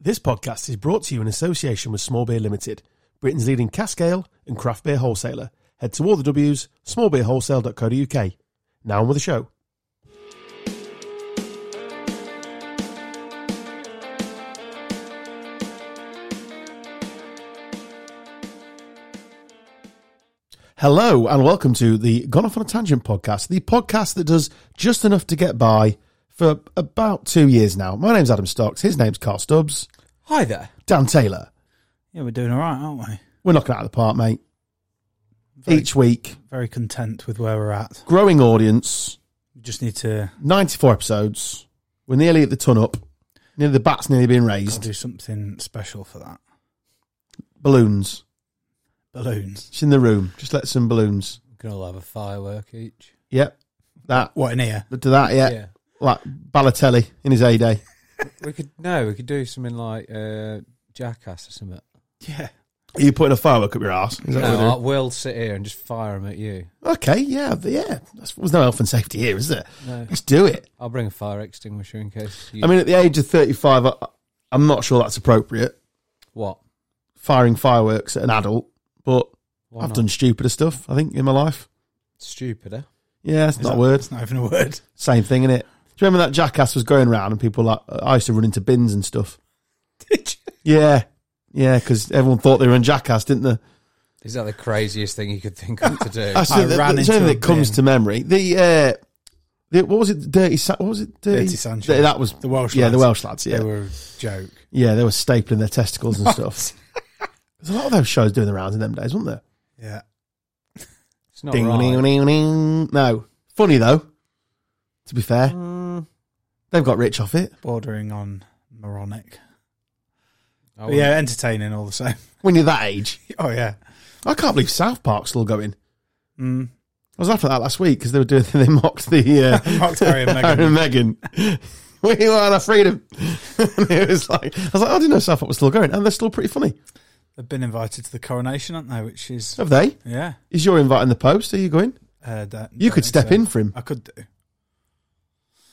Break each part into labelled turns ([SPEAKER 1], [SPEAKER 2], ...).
[SPEAKER 1] This podcast is brought to you in association with Small Beer Limited, Britain's leading cask ale and craft beer wholesaler. Head to all the W's, smallbeerwholesale.co.uk. Now on with the show. Hello and welcome to the Gone Off on a Tangent podcast, the podcast that does just enough to get by for about two years now. My name's Adam Stocks, his name's Carl Stubbs,
[SPEAKER 2] Hi there.
[SPEAKER 1] Dan Taylor.
[SPEAKER 2] Yeah, we're doing all right, aren't we?
[SPEAKER 1] We're knocking it out of the park, mate.
[SPEAKER 2] Very-
[SPEAKER 1] Each week,
[SPEAKER 2] Very content with where we're at.
[SPEAKER 1] growing audience,
[SPEAKER 2] We just need to
[SPEAKER 1] 94 episodes. We're nearly at the ton up. Nearly the bat's nearly being raised.
[SPEAKER 2] do something special for that.
[SPEAKER 1] Balloons.
[SPEAKER 2] Balloons.
[SPEAKER 1] It's in the room. Just let some balloons.
[SPEAKER 3] We can all have a firework each.
[SPEAKER 1] Yep. That.
[SPEAKER 2] What in here?
[SPEAKER 1] Do that, yeah.
[SPEAKER 3] Yeah.
[SPEAKER 1] Like Balotelli in his A day.
[SPEAKER 3] We could no, we could do something like uh, Jackass or something.
[SPEAKER 2] Yeah.
[SPEAKER 1] Are you putting a firework up your ass? Is that what
[SPEAKER 3] No,
[SPEAKER 1] we're
[SPEAKER 3] I will sit here and just fire them at you.
[SPEAKER 1] doing? Okay, yeah, but yeah. That's, there's no health and safety here, is there?
[SPEAKER 3] No,
[SPEAKER 1] Let's do it.
[SPEAKER 3] I'll bring a fire extinguisher in case. You,
[SPEAKER 1] I mean, at the age of 35, I, I'm not sure that's appropriate,
[SPEAKER 3] what?
[SPEAKER 1] firing fireworks at an adult, but
[SPEAKER 3] Why
[SPEAKER 1] I've
[SPEAKER 3] not?
[SPEAKER 1] done stupider stuff, I think, in my life.
[SPEAKER 3] stupider.
[SPEAKER 1] Yeah, it's
[SPEAKER 2] Is
[SPEAKER 1] not
[SPEAKER 2] that-
[SPEAKER 1] a word.
[SPEAKER 2] It's not even a word.
[SPEAKER 1] Same thing, innit? Do you remember that jackass was going round and people like I used to run into bins and stuff.
[SPEAKER 2] Did you?
[SPEAKER 1] Yeah, yeah, because everyone thought they were in jackass, didn't they?
[SPEAKER 3] Is that the craziest thing you could think of to do?
[SPEAKER 1] That's the, the,
[SPEAKER 2] ran
[SPEAKER 1] it's the only
[SPEAKER 2] into
[SPEAKER 1] thing
[SPEAKER 2] a
[SPEAKER 1] that comes
[SPEAKER 2] bin.
[SPEAKER 1] to memory. The, uh, the what was it? Dirty Sa- what was it? Dirty,
[SPEAKER 2] Dirty Sanchez.
[SPEAKER 1] Th- That was
[SPEAKER 2] The Welsh
[SPEAKER 1] Yeah, the
[SPEAKER 2] lads.
[SPEAKER 1] Welsh lads. Yeah,
[SPEAKER 2] They were a joke.
[SPEAKER 1] yeah, they were stapling their testicles and stuff. There's a lot of those shows doing the rounds in them days, weren't there?
[SPEAKER 2] Yeah.
[SPEAKER 3] It's not
[SPEAKER 1] Ding,
[SPEAKER 3] right.
[SPEAKER 1] ding, ding, ding. No, funny though. To be fair,
[SPEAKER 3] Mm,
[SPEAKER 1] they've got rich off it.
[SPEAKER 2] Bordering on moronic.
[SPEAKER 3] I
[SPEAKER 2] But
[SPEAKER 3] wouldn't-
[SPEAKER 2] yeah, entertaining all the same.
[SPEAKER 1] When you're that age,
[SPEAKER 2] Oh, yeah.
[SPEAKER 1] I can't believe South Park's still going.
[SPEAKER 2] Mm.
[SPEAKER 1] I was after that last week because they were doing they mocked the uh,
[SPEAKER 2] Mocked Harry and Meghan.
[SPEAKER 1] Harry and Meghan. we want our freedom. and it was like I was like I didn't know South Park was still going, and they're still pretty funny.
[SPEAKER 2] They've been invited to the coronation, aren't they? Which is,
[SPEAKER 1] Have they?
[SPEAKER 2] yeah.
[SPEAKER 1] Is your invite in the post? Are you going?
[SPEAKER 2] Uh, that,
[SPEAKER 1] You
[SPEAKER 2] don't
[SPEAKER 1] could
[SPEAKER 2] think
[SPEAKER 1] step
[SPEAKER 2] so.
[SPEAKER 1] in for him.
[SPEAKER 2] I could do.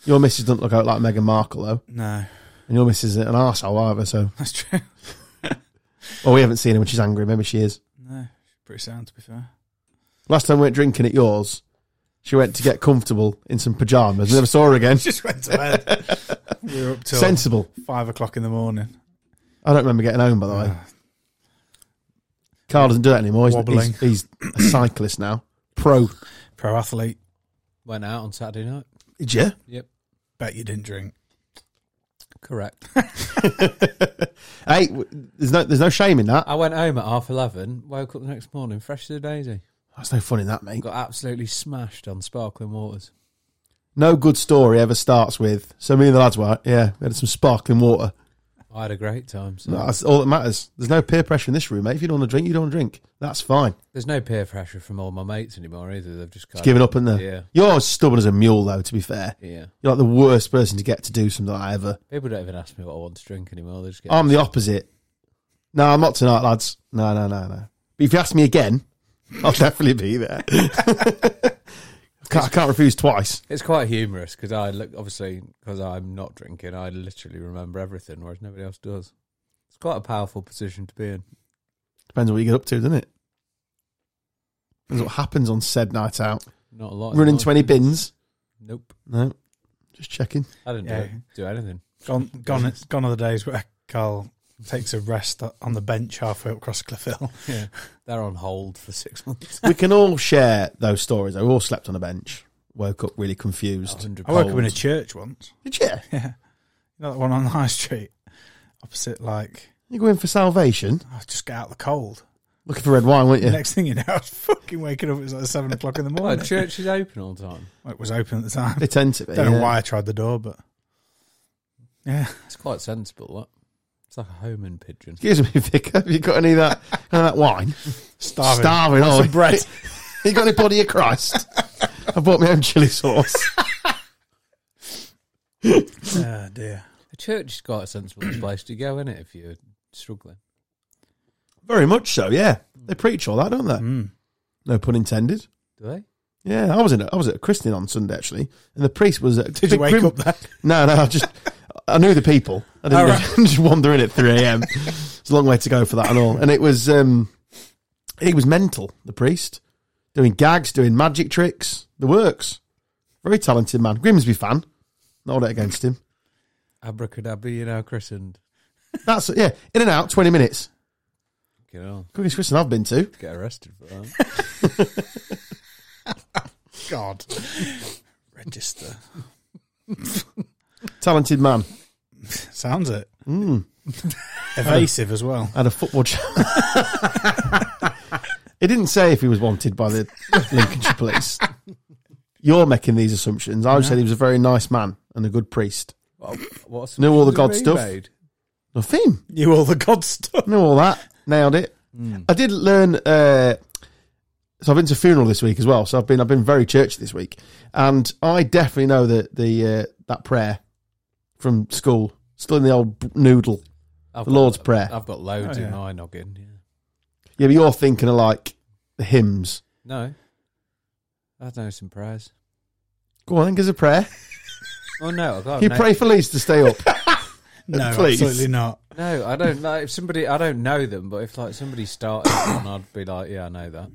[SPEAKER 1] Your missus doesn't look out like Meghan Markle though,
[SPEAKER 2] No,
[SPEAKER 1] and your missus is an arsehole either. So,
[SPEAKER 2] that's true.
[SPEAKER 1] well, we haven't seen her when she's angry. Maybe she is.
[SPEAKER 2] No, pretty sound to be fair.
[SPEAKER 1] Last time we went drinking at yours, she went to get comfortable in some pajamas. Never saw her again.
[SPEAKER 2] Just went to bed. we were up till
[SPEAKER 1] Sensible.
[SPEAKER 2] five o'clock in the morning.
[SPEAKER 1] I don't remember getting home by the way.
[SPEAKER 2] Ah,
[SPEAKER 1] Carl doesn't do that anymore. He's,
[SPEAKER 2] Wobbling.
[SPEAKER 1] he's, he's a cyclist now. Pro.
[SPEAKER 2] pro athlete.
[SPEAKER 3] went out on Saturday night.
[SPEAKER 1] Did you?
[SPEAKER 3] Yep,
[SPEAKER 2] Bet you didn't drink.
[SPEAKER 3] correct.
[SPEAKER 1] Hey, w- there's no there's no shame in that.
[SPEAKER 3] I went home at half eleven. Woke up the next morning, fresh as a daisy.
[SPEAKER 1] That's no fun in that, mate.
[SPEAKER 3] Got absolutely smashed on sparkling waters.
[SPEAKER 1] No good story ever starts with so me and the lads were yeah, we had some sparkling water.
[SPEAKER 3] I had a great time. So.
[SPEAKER 1] No, that's all that matters. There's no peer pressure in this room, mate. If you don't want to drink, you don't want to drink. That's fine.
[SPEAKER 3] There's no peer pressure from all my mates anymore either. They've just kind
[SPEAKER 1] Just giving up on the.
[SPEAKER 3] Yeah.
[SPEAKER 1] You're as stubborn as a mule, though. To be fair,
[SPEAKER 3] Yeah.
[SPEAKER 1] you're like the worst person to get to do something like I ever.
[SPEAKER 3] People don't even ask me what I want to drink anymore. They just get.
[SPEAKER 1] I'm the opposite. No, I'm not tonight, lads. No, no, no, no. But if you ask me again, I'll definitely be there. I, can't, I can't refuse twice.
[SPEAKER 3] it's quite humorous because I look obviously because I'm not drinking. I literally remember everything, whereas nobody else does. It's quite a powerful position to be in.
[SPEAKER 1] Depends on what you get up to, doesn't it? Depends what happens on said night out.
[SPEAKER 3] Not a lot.
[SPEAKER 1] Running
[SPEAKER 3] anymore.
[SPEAKER 1] to any bins?
[SPEAKER 3] Nope.
[SPEAKER 1] No. Just checking.
[SPEAKER 3] I didn't
[SPEAKER 2] Yeah.
[SPEAKER 3] do, it- do anything.
[SPEAKER 2] Gone, gone, gone are the days where Carl takes a rest on the bench halfway across Cliff Hill.
[SPEAKER 3] Yeah. They're on hold for six months.
[SPEAKER 1] we can all share those stories. I all slept on a bench, woke up really confused.
[SPEAKER 3] 100
[SPEAKER 2] I woke up in a
[SPEAKER 3] pounds.
[SPEAKER 2] church once.
[SPEAKER 1] Did you?
[SPEAKER 2] Yeah, you know that one on the high street, opposite like
[SPEAKER 1] You go in for salvation,
[SPEAKER 2] I just got out the cold.
[SPEAKER 1] looking for red wine, weren't you?
[SPEAKER 2] Next thing you know, I was fucking waking up. It was like seven o'clock in the
[SPEAKER 3] Well,
[SPEAKER 2] morning.
[SPEAKER 3] the church is open all the time.
[SPEAKER 2] Well, it was open at the time.
[SPEAKER 1] They tend to be.
[SPEAKER 2] Don't know
[SPEAKER 1] yeah.
[SPEAKER 2] why I tried the door, but yeah,
[SPEAKER 3] It's quite sensible. What? It's like a home in pigeon.
[SPEAKER 1] Excuse me, Vicar. Have you got any of that, any of that wine?
[SPEAKER 2] starving.
[SPEAKER 1] Starving,
[SPEAKER 2] Want
[SPEAKER 1] oh,
[SPEAKER 2] some bread.
[SPEAKER 1] You got any body of Christ? I bought my own chili sauce.
[SPEAKER 2] oh dear.
[SPEAKER 3] A church is quite a sensible place to go, isn't it? If you're struggling.
[SPEAKER 1] Very much so, yeah. They preach all that, don't they?
[SPEAKER 2] Mm.
[SPEAKER 1] No pun intended.
[SPEAKER 3] Do they?
[SPEAKER 1] Yeah, I was in a, I was at a christening on Sunday actually, and the priest was at
[SPEAKER 2] Did you wake up there?
[SPEAKER 1] No, no, I just I knew the people. I didn't
[SPEAKER 2] All right.
[SPEAKER 1] just wander in at 3 a.m. it's a long way to go for that and all. And it was, um, he was mental, the priest, doing gags, doing magic tricks, the works. Very talented man. Grimsby fan. Not it against him.
[SPEAKER 3] Abracadabra, you know, christened.
[SPEAKER 1] That's, yeah, in and out, 20 minutes.
[SPEAKER 3] You know,
[SPEAKER 1] Quickest christening I've been to.
[SPEAKER 3] get arrested for that.
[SPEAKER 2] God. Register.
[SPEAKER 1] Talented man.
[SPEAKER 2] Sounds it.
[SPEAKER 1] Mm.
[SPEAKER 2] Evasive as well.
[SPEAKER 1] Had a football. Ch- it didn't say if he was wanted by the Lincolnshire police. You're making these assumptions. I said he was a very nice man and a good priest.
[SPEAKER 3] What, what's
[SPEAKER 1] Knew all the
[SPEAKER 3] what
[SPEAKER 1] God
[SPEAKER 3] have you
[SPEAKER 1] stuff.
[SPEAKER 3] made?
[SPEAKER 1] Nothing.
[SPEAKER 2] You all the god stuff.
[SPEAKER 1] Knew all that. Nailed it. I did learn. Uh, so I've been to a funeral this week as well. So I've been I've been very churchy this week, and I definitely know that the uh, that prayer from school still in the old noodle.
[SPEAKER 3] I've
[SPEAKER 1] The Lord's
[SPEAKER 3] got,
[SPEAKER 1] Prayer.
[SPEAKER 3] I've got loads
[SPEAKER 2] Oh, yeah.
[SPEAKER 3] in my noggin. Yeah.
[SPEAKER 1] Yeah, but you're thinking of like the hymns.
[SPEAKER 3] No, that's no surprise.
[SPEAKER 1] Go on, give us a prayer.
[SPEAKER 3] Oh no, I can't.
[SPEAKER 1] Can you
[SPEAKER 3] no,
[SPEAKER 1] pray for Leeds to stay up?
[SPEAKER 2] No,
[SPEAKER 1] Please.
[SPEAKER 2] absolutely not.
[SPEAKER 3] No, I don't know. If somebody, I don't know them, but if like somebody started one, I'd be like, yeah, I know that.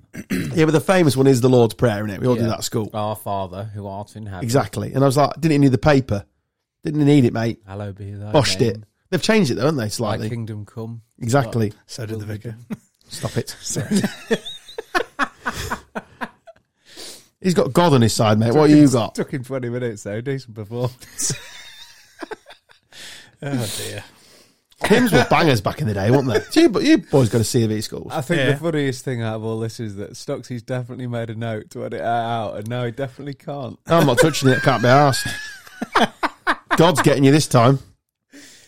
[SPEAKER 1] Yeah, but the famous one is the Lord's Prayer, isn't it? We all do
[SPEAKER 3] Yeah.
[SPEAKER 1] that at school.
[SPEAKER 3] Our Father who art in heaven.
[SPEAKER 1] Exactly. And I was like, didn't it need the paper? Didn't it need it, mate.
[SPEAKER 3] Hello be thy
[SPEAKER 1] Boshed
[SPEAKER 3] name.
[SPEAKER 1] it. They've changed it, though, haven't they,
[SPEAKER 3] Thy
[SPEAKER 1] slightly?
[SPEAKER 3] kingdom come.
[SPEAKER 1] Exactly.
[SPEAKER 2] So did the vicar.
[SPEAKER 1] Stop it.
[SPEAKER 2] Sorry.
[SPEAKER 1] He's got God on his side, mate. What have you got?
[SPEAKER 3] Took him twenty minutes though. Decent before.
[SPEAKER 2] oh dear.
[SPEAKER 1] Hymns were bangers back in the day, weren't they? So you, but you boys got to see of these schools.
[SPEAKER 3] I think
[SPEAKER 2] Yeah.
[SPEAKER 3] the funniest thing out of all this is that Stocksy's definitely made a note to edit that out, and now he definitely can't.
[SPEAKER 1] I'm not touching it. Can't be asked. God's getting you this time.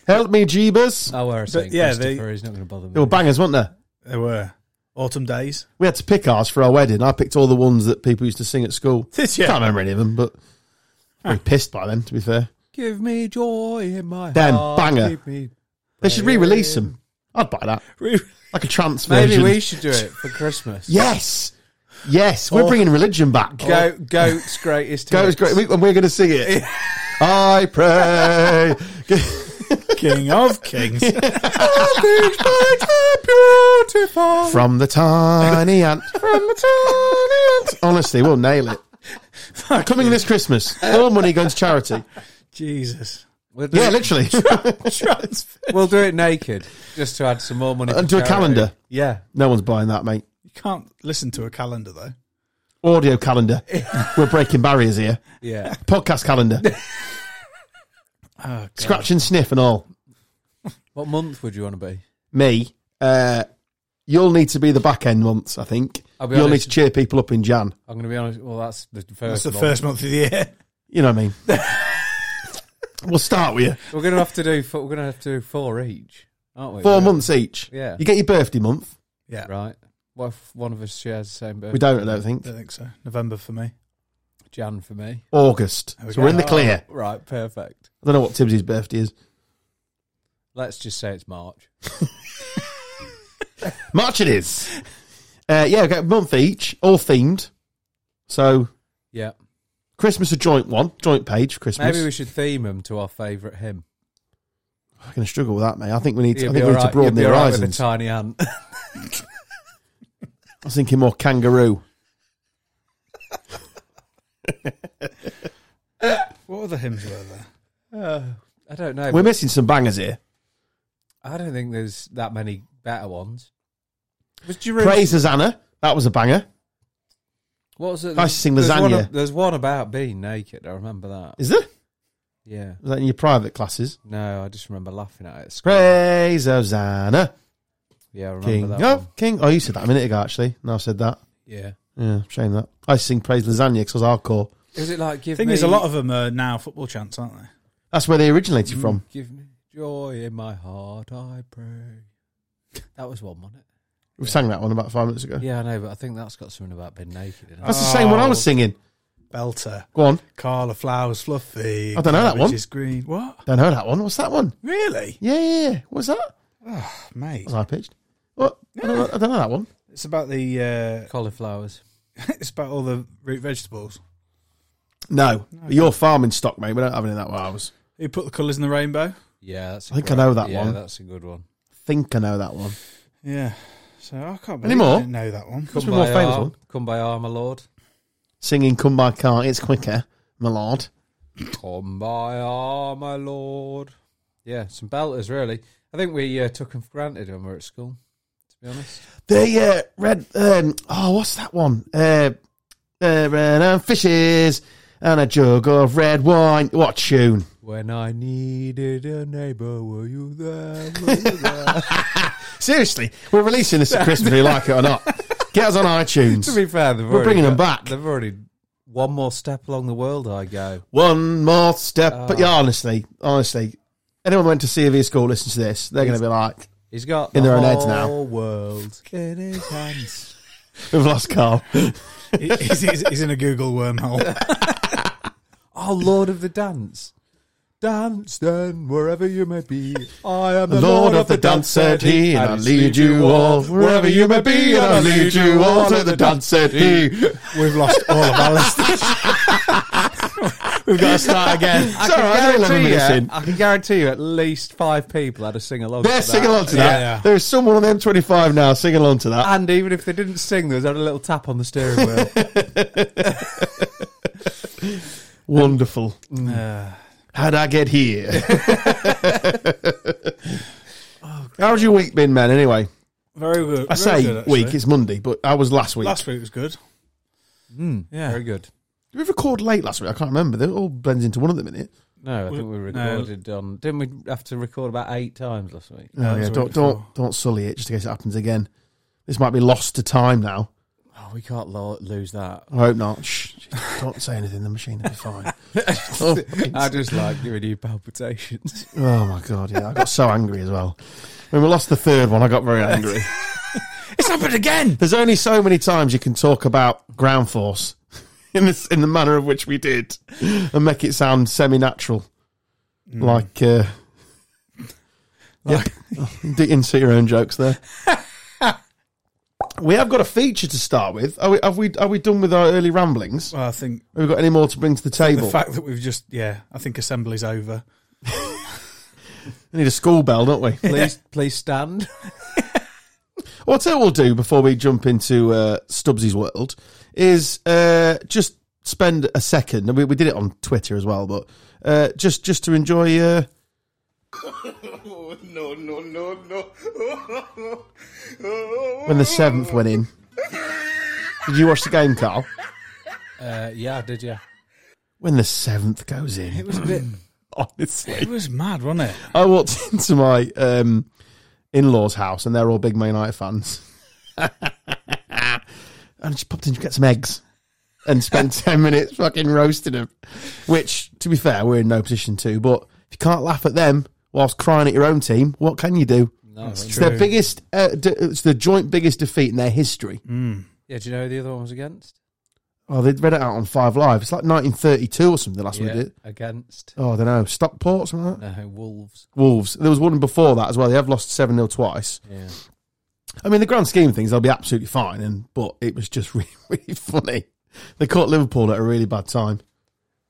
[SPEAKER 1] Help me, Jeebus.
[SPEAKER 3] I'll wear a Saint
[SPEAKER 2] yeah, they-
[SPEAKER 3] Christopher. He's not going to bother me.
[SPEAKER 1] They were bangers, weren't they?
[SPEAKER 2] There were autumn days.
[SPEAKER 1] We had to pick ours for our wedding. I picked all the ones that people used to sing at school.
[SPEAKER 2] Did you?
[SPEAKER 1] Can't remember any of them, but I'm
[SPEAKER 3] Ah.
[SPEAKER 1] pissed by them, to be fair.
[SPEAKER 3] Give me joy in my
[SPEAKER 1] Damn
[SPEAKER 3] heart.
[SPEAKER 1] banger.
[SPEAKER 3] give me-
[SPEAKER 1] They should re-release them. I'd buy that, like a trance
[SPEAKER 3] uh, Maybe
[SPEAKER 1] version.
[SPEAKER 3] we should do it for Christmas.
[SPEAKER 1] yes, yes, we're
[SPEAKER 2] Or-
[SPEAKER 1] bringing religion back.
[SPEAKER 3] Oh. Go, goat's greatest.
[SPEAKER 1] Go, it's
[SPEAKER 3] hits.
[SPEAKER 1] great, we, and we're going to sing it. I pray.
[SPEAKER 2] King of kings.
[SPEAKER 3] beautiful.
[SPEAKER 1] From the tiny ant. From the tiny ant. Honestly, we'll nail it. Coming this Christmas, all money going to charity.
[SPEAKER 2] Jesus.
[SPEAKER 3] We'll do,
[SPEAKER 1] Yeah,
[SPEAKER 3] it,
[SPEAKER 1] literally.
[SPEAKER 2] Transfer.
[SPEAKER 3] we'll do it naked just to add some more money.
[SPEAKER 1] And
[SPEAKER 3] for
[SPEAKER 1] do a
[SPEAKER 3] charity.
[SPEAKER 1] calendar.
[SPEAKER 3] Yeah.
[SPEAKER 1] No one's buying that, mate.
[SPEAKER 2] You can't listen to a calendar though.
[SPEAKER 1] Audio calendar. We're breaking barriers here.
[SPEAKER 3] Yeah.
[SPEAKER 1] Podcast calendar.
[SPEAKER 2] Oh, God.
[SPEAKER 1] Scratch and sniff and all.
[SPEAKER 3] What month would you want to be?
[SPEAKER 1] me, uh, you'll need to be the back end months, I think.
[SPEAKER 3] I'll
[SPEAKER 1] You'll
[SPEAKER 3] be
[SPEAKER 1] need
[SPEAKER 3] honest.
[SPEAKER 1] to cheer people up in Jan.
[SPEAKER 3] I'm going to be honest. Well, that's the first.
[SPEAKER 2] That's the
[SPEAKER 3] month.
[SPEAKER 2] first month of the year.
[SPEAKER 1] You know what I mean? we'll start with you.
[SPEAKER 3] We're going to have to do. Four, we're going to have to do four each, aren't we?
[SPEAKER 1] Four months each.
[SPEAKER 3] Yeah.
[SPEAKER 1] You get your birthday month.
[SPEAKER 2] Yeah.
[SPEAKER 3] Right. What if one of us shares the same birthday?
[SPEAKER 1] We don't, I don't think.
[SPEAKER 2] I think so. November for me.
[SPEAKER 3] Jan for me. Oh,
[SPEAKER 1] August.
[SPEAKER 2] There we
[SPEAKER 1] so we're
[SPEAKER 2] go.
[SPEAKER 1] in the clear.
[SPEAKER 3] Right. Perfect.
[SPEAKER 1] I don't know what Tibbs's birthday is.
[SPEAKER 3] Let's just say it's March.
[SPEAKER 1] March it is. Uh, yeah, we get a month each, all themed. So
[SPEAKER 3] Yeah.
[SPEAKER 1] Christmas, a joint one, joint page for Christmas.
[SPEAKER 3] Maybe we should theme them to our favourite hymn.
[SPEAKER 1] I'm going to struggle with that, mate. I think we need to, I
[SPEAKER 3] You'll
[SPEAKER 1] think
[SPEAKER 3] be
[SPEAKER 1] we need
[SPEAKER 3] alright-
[SPEAKER 1] to broaden
[SPEAKER 3] you'll
[SPEAKER 1] the
[SPEAKER 3] be alright
[SPEAKER 1] horizons.
[SPEAKER 3] with the tiny ant.
[SPEAKER 1] I was thinking more kangaroo.
[SPEAKER 2] What other hymns were there?
[SPEAKER 3] I don't know.
[SPEAKER 1] We're missing some bangers here.
[SPEAKER 3] I don't think there's that many better ones. Was Jeru-
[SPEAKER 1] Praise Hosanna. That was a banger.
[SPEAKER 3] What was it?
[SPEAKER 1] I used to sing
[SPEAKER 3] there's One,
[SPEAKER 1] lasagna.
[SPEAKER 3] ab- there's one about being naked. I remember that.
[SPEAKER 1] Is there?
[SPEAKER 3] Yeah.
[SPEAKER 1] Was that in your private classes?
[SPEAKER 3] No, I just remember laughing at it. at school.
[SPEAKER 1] Praise Hosanna,
[SPEAKER 3] Yeah, I remember
[SPEAKER 1] King
[SPEAKER 3] that.
[SPEAKER 1] of
[SPEAKER 3] one.
[SPEAKER 1] King. Oh, you said that a minute ago, actually. No, I said that.
[SPEAKER 3] Yeah.
[SPEAKER 1] Yeah, shame that. I sing Praise Lasagna because I was hardcore.
[SPEAKER 3] Is it like give
[SPEAKER 2] thing
[SPEAKER 3] me
[SPEAKER 2] is, a lot of them are now football chants, aren't they?
[SPEAKER 1] That's where they originated
[SPEAKER 3] Mm.
[SPEAKER 1] from.
[SPEAKER 3] give me joy in my heart? I pray. That was one, wasn't it?
[SPEAKER 1] We sang that one about five minutes ago.
[SPEAKER 3] Yeah, Oh. I know, but I think that's got something about being naked. In it.
[SPEAKER 1] That's the same one I was singing.
[SPEAKER 2] Belter.
[SPEAKER 1] Go on.
[SPEAKER 2] Carla Flowers Fluffy.
[SPEAKER 1] I don't know that
[SPEAKER 2] Cabbage
[SPEAKER 1] one.
[SPEAKER 2] Is green. What?
[SPEAKER 1] Don't know that one. What's that one?
[SPEAKER 2] Really?
[SPEAKER 1] Yeah, yeah, yeah. What's that?
[SPEAKER 2] Oh, mate.
[SPEAKER 1] Was I pitched? What? I, don't know, I don't know that one.
[SPEAKER 2] It's about the. Uh,
[SPEAKER 3] Cauliflowers.
[SPEAKER 2] it's about all the root vegetables.
[SPEAKER 1] No. You're farming stock, mate. We don't have any of that where I was.
[SPEAKER 2] Who put the colours in the rainbow?
[SPEAKER 3] Yeah, that's. a
[SPEAKER 1] I think I
[SPEAKER 3] great-
[SPEAKER 1] know that
[SPEAKER 3] yeah,
[SPEAKER 1] one.
[SPEAKER 3] that's a good one.
[SPEAKER 1] Think I know that one.
[SPEAKER 2] Yeah. So I can't
[SPEAKER 1] Any
[SPEAKER 2] believe
[SPEAKER 1] more?
[SPEAKER 2] I didn't know that one.
[SPEAKER 1] What's the more famous
[SPEAKER 3] Ar-
[SPEAKER 1] one?
[SPEAKER 3] Come by Armour Lord.
[SPEAKER 1] Singing "Come by Car," it's quicker, my lord.
[SPEAKER 3] Come by Armour Lord. Yeah, some belters really. I think we uh, took them for granted when we were at school. To be honest,
[SPEAKER 1] They uh, red. Um, oh, what's that one? Uh, uh, red and fishes and a jug of red wine. What tune?
[SPEAKER 3] when I needed a neighbour, were you there? Were you there?
[SPEAKER 1] Seriously, we're releasing this at Christmas, whether you like it or not. Get us on
[SPEAKER 3] to
[SPEAKER 1] iTunes.
[SPEAKER 3] be fair, they've
[SPEAKER 1] We're bringing
[SPEAKER 3] already
[SPEAKER 1] 'em
[SPEAKER 3] got-
[SPEAKER 1] back.
[SPEAKER 3] They've already one more step along the world. I go.
[SPEAKER 1] One more step. but
[SPEAKER 3] Oh.
[SPEAKER 1] yeah, honestly, honestly, anyone went to C of E school, listen to this. They're going to be like,
[SPEAKER 3] He's got
[SPEAKER 1] In
[SPEAKER 3] the
[SPEAKER 1] their own
[SPEAKER 3] whole
[SPEAKER 1] heads now.
[SPEAKER 3] world in his hands.
[SPEAKER 1] we've lost Carl.
[SPEAKER 2] He- he's, he's- he's in a Google wormhole.
[SPEAKER 3] Oh, Lord of the Dance. Dance then, wherever you may be. I am
[SPEAKER 1] The Lord of the dance, said he, and I lead you all wherever you may be, and I lead you all to the dance, said he.
[SPEAKER 2] We've lost all of our listeners.
[SPEAKER 1] We've got to start again.
[SPEAKER 3] I
[SPEAKER 1] It's all right,
[SPEAKER 3] can,
[SPEAKER 1] we're 11
[SPEAKER 3] guarantee
[SPEAKER 1] minutes
[SPEAKER 3] you,
[SPEAKER 1] in.
[SPEAKER 3] I can guarantee you at least five people had a sing along.
[SPEAKER 1] They're singing along to that. Ah.
[SPEAKER 2] Yeah.
[SPEAKER 1] There's someone on the M25 now singing along to that.
[SPEAKER 3] And even if they didn't sing, they had a little tap on the steering wheel.
[SPEAKER 1] Wonderful.
[SPEAKER 2] Mm.
[SPEAKER 1] Uh, How'd I get here? How's your week been, man, anyway?
[SPEAKER 2] very good.
[SPEAKER 1] I
[SPEAKER 2] very
[SPEAKER 1] say
[SPEAKER 2] good, actually.
[SPEAKER 1] week, it's Monday, but I was last week. Hmm,
[SPEAKER 2] Last week was good.
[SPEAKER 3] Mm,
[SPEAKER 2] Yeah.
[SPEAKER 3] Very good.
[SPEAKER 1] Did we record late last week? I can't remember. They all blends into one at the minute.
[SPEAKER 3] No, I think we
[SPEAKER 2] no.
[SPEAKER 3] recorded on. Didn't we have to record about eight times last week?
[SPEAKER 2] No,
[SPEAKER 1] Oh,
[SPEAKER 2] it
[SPEAKER 1] yeah,
[SPEAKER 2] was
[SPEAKER 1] don't,
[SPEAKER 2] week before.
[SPEAKER 1] don't, don't sully it just in case it happens again. This might be lost to time now.
[SPEAKER 3] Oh, we can't lo- lose that.
[SPEAKER 1] I hope not. Shh, just don't say anything. The machine will be fine. oh,
[SPEAKER 3] I just like giving you palpitations.
[SPEAKER 1] oh my god! Yeah, I got so angry as well. When we lost the third one, I got very angry.
[SPEAKER 2] It's happened again.
[SPEAKER 1] There's only so many times you can talk about ground force in this in the manner of which we did, and make it sound semi-natural, like. Uh,
[SPEAKER 2] Mm. Like-
[SPEAKER 1] yeah, D- insert your own jokes there. we have got a feature to start with. Are we? Have we? Are we done with our early ramblings?
[SPEAKER 2] Well, I think
[SPEAKER 1] Have we got any more to bring to the
[SPEAKER 2] the
[SPEAKER 1] table?
[SPEAKER 2] fact that we've just yeah, I think assembly's over.
[SPEAKER 1] we need a school bell, don't we?
[SPEAKER 3] Please, please stand.
[SPEAKER 1] Well, What I will do before we jump into uh, Stubbsy's world is uh, just spend a second, and we, we did it on Twitter as well, but uh, just just to enjoy. Uh, when the seventh went in, did you watch the game, Carl?
[SPEAKER 3] Uh, yeah, did you?
[SPEAKER 1] When the seventh goes in,
[SPEAKER 2] It was a bit.
[SPEAKER 1] honestly,
[SPEAKER 2] It was mad, wasn't it?
[SPEAKER 1] I walked into my um, in-laws' house, and they're all big Man United fans. and I just popped in to get some eggs and spent 10 minutes fucking roasting them. Which, to be fair, we're in no position to, but if you can't laugh at them whilst crying at your own team, what can you do?
[SPEAKER 3] No,
[SPEAKER 2] That's
[SPEAKER 3] I
[SPEAKER 1] It's
[SPEAKER 2] true.
[SPEAKER 1] their biggest, uh, d- it's the joint biggest defeat in their history.
[SPEAKER 3] Yeah, do you know who the other one was against?
[SPEAKER 1] Oh, they read it out on Five Live. It's like 1932 or something last week. did it?
[SPEAKER 3] against.
[SPEAKER 1] Oh, I don't know. Stockport, something like that?
[SPEAKER 3] No, Wolves.
[SPEAKER 1] Wolves. There was one before that as well. They have lost 7 0 twice.
[SPEAKER 3] Yeah.
[SPEAKER 1] I mean, the grand scheme of things, they'll be absolutely fine, and but it was just really, really funny. They caught Liverpool at a really bad time.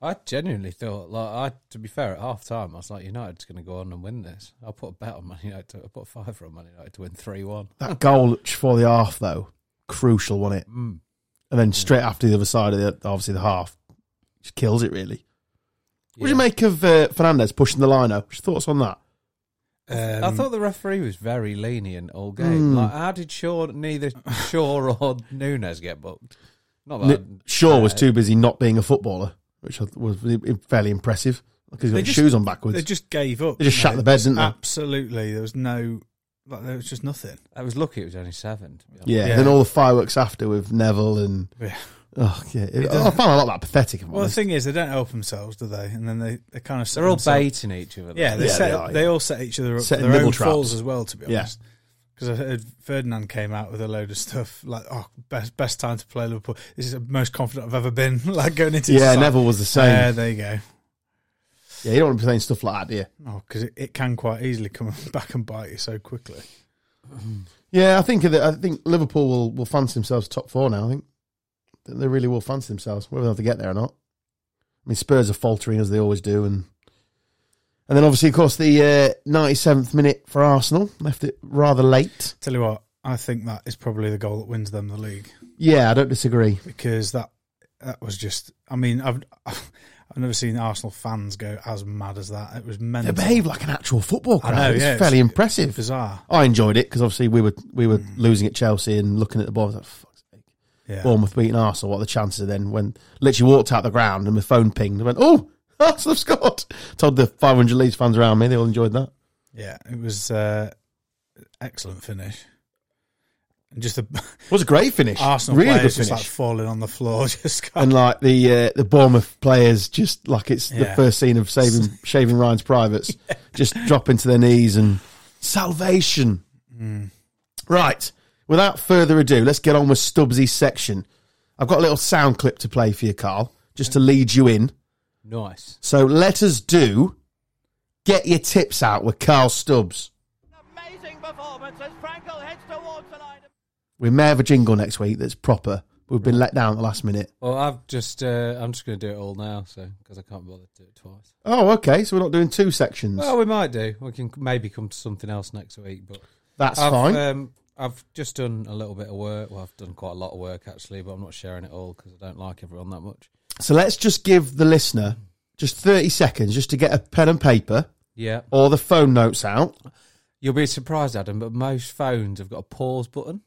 [SPEAKER 3] I genuinely thought, like, I to be fair, at half time, I was like, United's going to go on and win this. I put a bet on Man United. To, I put a fiver on Man United to win 3 1.
[SPEAKER 1] That goal for the half, though, crucial, wasn't it?
[SPEAKER 3] Mm.
[SPEAKER 1] And then straight after the other side of the obviously the half, just kills it really. What do
[SPEAKER 3] Yeah.
[SPEAKER 1] you make of uh, Fernandez pushing the line out? What's your thoughts on that?
[SPEAKER 2] Um,
[SPEAKER 3] I thought the referee was very lenient all game.
[SPEAKER 1] Mm.
[SPEAKER 3] Like, how did Shaw, neither Shaw or Nunes get booked? Not that.
[SPEAKER 1] N- Shaw was
[SPEAKER 3] uh,
[SPEAKER 1] too busy not being a footballer, which I th- was fairly impressive because he
[SPEAKER 2] They
[SPEAKER 1] got his
[SPEAKER 2] just-
[SPEAKER 1] shoes on
[SPEAKER 2] they
[SPEAKER 1] backwards.
[SPEAKER 2] just gave up.
[SPEAKER 1] They just
[SPEAKER 2] didn't
[SPEAKER 1] shat the bed, didn't they?
[SPEAKER 2] Absolutely, there was no. Like, there was just nothing.
[SPEAKER 3] I was lucky it was only seven. to be honest.
[SPEAKER 1] Yeah.
[SPEAKER 2] Yeah.
[SPEAKER 1] Then all the fireworks after with Neville and
[SPEAKER 2] Yeah.
[SPEAKER 1] oh yeah, it-
[SPEAKER 2] It does-
[SPEAKER 1] I found a lot that pathetic. if I'm
[SPEAKER 2] Well, the
[SPEAKER 1] honest.
[SPEAKER 2] thing is, they don't help themselves, do they? And then they, they kind of set
[SPEAKER 3] They're all
[SPEAKER 2] themselves-
[SPEAKER 3] baiting each other.
[SPEAKER 2] Yeah, they
[SPEAKER 1] Yeah,
[SPEAKER 2] set
[SPEAKER 1] they
[SPEAKER 2] they,
[SPEAKER 1] are, yeah.
[SPEAKER 2] all set each other up
[SPEAKER 1] Setting
[SPEAKER 2] their
[SPEAKER 1] double
[SPEAKER 2] own
[SPEAKER 1] traps.
[SPEAKER 2] falls as well. To be
[SPEAKER 1] Yeah.
[SPEAKER 2] honest, because I heard Ferdinand came out with a load of stuff like, "Oh, best best time to play Liverpool. This is the most confident I've ever been." like going into
[SPEAKER 1] yeah,
[SPEAKER 2] the
[SPEAKER 1] Neville was the same.
[SPEAKER 2] Yeah, there you go.
[SPEAKER 1] yeah, you don't want to be saying stuff like that, do you?
[SPEAKER 2] Oh, because it, it can quite easily come back and bite you so quickly.
[SPEAKER 1] Yeah, I think that I think Liverpool will, will fancy themselves top four now. I think Think they really will fancy themselves, whether they have to get there or not. I mean, Spurs are faltering as they always do, and And then obviously, of course, the uh, 97th minute for Arsenal left it rather late.
[SPEAKER 2] Tell you what, I think that is probably the goal that wins them the league
[SPEAKER 1] Yeah, I don't disagree.
[SPEAKER 2] because that that was just. I mean, I've I've never seen Arsenal fans go as mad as that. It was
[SPEAKER 1] They
[SPEAKER 2] mental,
[SPEAKER 1] behave like an actual football
[SPEAKER 2] I
[SPEAKER 1] crowd.
[SPEAKER 2] know,
[SPEAKER 1] it's
[SPEAKER 2] yeah,
[SPEAKER 1] fairly
[SPEAKER 2] it's-
[SPEAKER 1] impressive.
[SPEAKER 2] bizarre.
[SPEAKER 1] I enjoyed it because obviously we were we were losing at Chelsea and looking at the ball. I was like, fuck's sake.
[SPEAKER 2] Yeah,
[SPEAKER 1] Bournemouth beating Arsenal. What are the chances then? When literally walked out the ground and my phone pinged. I went, oh, Arsenal have scored. Told the 500 Leeds fans around me. They all enjoyed that.
[SPEAKER 2] yeah, it was uh, excellent finish. And just the
[SPEAKER 1] It was a great finish.
[SPEAKER 2] Arsenal
[SPEAKER 1] really good
[SPEAKER 2] players
[SPEAKER 1] finish.
[SPEAKER 2] just like falling on the floor, just
[SPEAKER 1] and like the uh, the Bournemouth players, just like it's the
[SPEAKER 2] Yeah.
[SPEAKER 1] first scene of saving shaving Ryan's privates, just dropping to their knees and salvation.
[SPEAKER 2] Mm.
[SPEAKER 1] Right. Without further ado, let's get on with Stubbsy's section. I've got a little sound clip to play for you, Carl, just to lead you in.
[SPEAKER 3] Nice.
[SPEAKER 1] So let us do Get Your Tips Out with Carl Stubbs.
[SPEAKER 4] Amazing performance as Frankel heads towards the line.
[SPEAKER 1] We may have a jingle next week that's proper. We've been let down at the last minute.
[SPEAKER 3] Well, I've just uh, I'm just going to do it all now, so because I can't bother to do it twice.
[SPEAKER 1] Oh, okay. So we're not doing two sections.
[SPEAKER 3] Well, we might do. We can maybe come to something else next week, but
[SPEAKER 1] that's
[SPEAKER 3] I've,
[SPEAKER 1] fine.
[SPEAKER 3] Um, I've just done a little bit of work. Well, I've done quite a lot of work actually, but I'm not sharing it all because I don't like everyone that much.
[SPEAKER 1] So let's just give the listener just 30 seconds just to get a pen and paper
[SPEAKER 3] Yeah,
[SPEAKER 1] or the phone notes out.
[SPEAKER 3] you'll be surprised, Adam, but most phones have got a pause button.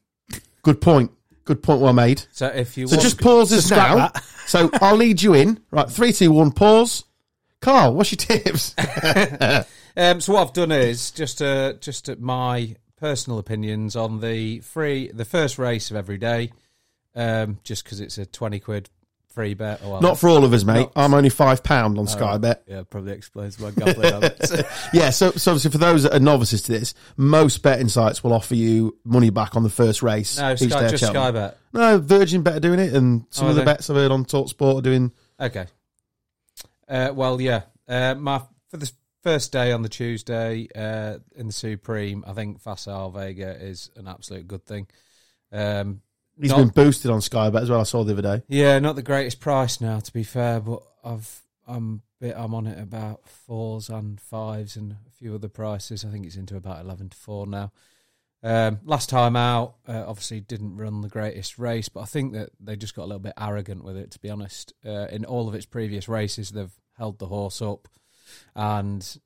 [SPEAKER 1] Good point. Good point well made.
[SPEAKER 3] So if you
[SPEAKER 1] So
[SPEAKER 3] want,
[SPEAKER 1] just pause us
[SPEAKER 2] scrap
[SPEAKER 1] now.
[SPEAKER 2] that.
[SPEAKER 1] so I'll lead you in. Right, three, two, one, pause. Carl, what's your tips?
[SPEAKER 3] Um, so what I've done is just uh, just at my personal opinions on the free the first race of every day, um, just because it's a twenty quid free bet. Oh, well,
[SPEAKER 1] Not for all of us, mate. I'm only five pound on
[SPEAKER 3] Oh.
[SPEAKER 1] Sky Bet.
[SPEAKER 3] yeah, probably explains why gambling habits.
[SPEAKER 1] Yeah, so, so obviously for those that are novices to this, most betting sites will offer you money back on the first race.
[SPEAKER 3] no,
[SPEAKER 1] each
[SPEAKER 3] Sky,
[SPEAKER 1] day of
[SPEAKER 3] just Sky
[SPEAKER 1] Cheltenham.
[SPEAKER 3] Bet.
[SPEAKER 1] No, Virgin Bet are doing it, and some
[SPEAKER 3] Oh,
[SPEAKER 1] of the
[SPEAKER 3] they?
[SPEAKER 1] bets I've heard on Talksport are doing.
[SPEAKER 3] Okay. Uh, well, yeah. Uh, my for the first day on the Tuesday uh, in the Supreme, I think Fasal Vega is an absolute good thing. Um,
[SPEAKER 1] He's
[SPEAKER 3] not-
[SPEAKER 1] been boosted on Sky Bet as well. I saw the other day.
[SPEAKER 3] Yeah, not the greatest price now, to be fair, but I've I'm bit I'm on it about fours and fives and a few other prices. I think it's into about eleven to four now. Um, last time out, uh, obviously didn't run the greatest race, but I think that they just got a little bit arrogant with it. To be honest, uh, in all of its previous races, they've held the horse up, and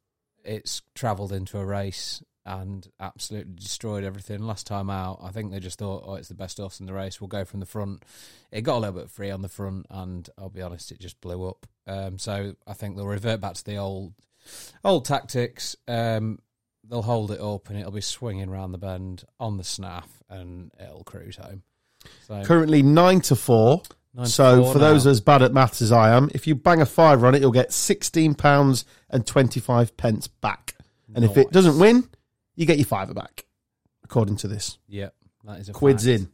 [SPEAKER 3] it's travelled into a race and absolutely destroyed everything. Last time out, I think they just thought, oh, it's the best horse in the race. We'll go from the front. It got a little bit free on the front, and I'll be honest, it just blew up. Um, so I think they'll revert back to the old old tactics. Um, they'll hold it up, and it'll be swinging round the bend on the snaff, and it'll cruise home. So
[SPEAKER 1] Currently nine to four.
[SPEAKER 3] nine to
[SPEAKER 1] so
[SPEAKER 3] four
[SPEAKER 1] for those
[SPEAKER 3] now.
[SPEAKER 1] as bad at maths as I am, if you bang a five on it, you'll get sixteen pounds and twenty five pence back. And if it
[SPEAKER 3] Nice.
[SPEAKER 1] doesn't win, you get your fiver back. According to this,
[SPEAKER 3] yeah, that is a
[SPEAKER 1] quids
[SPEAKER 3] fact.
[SPEAKER 1] in.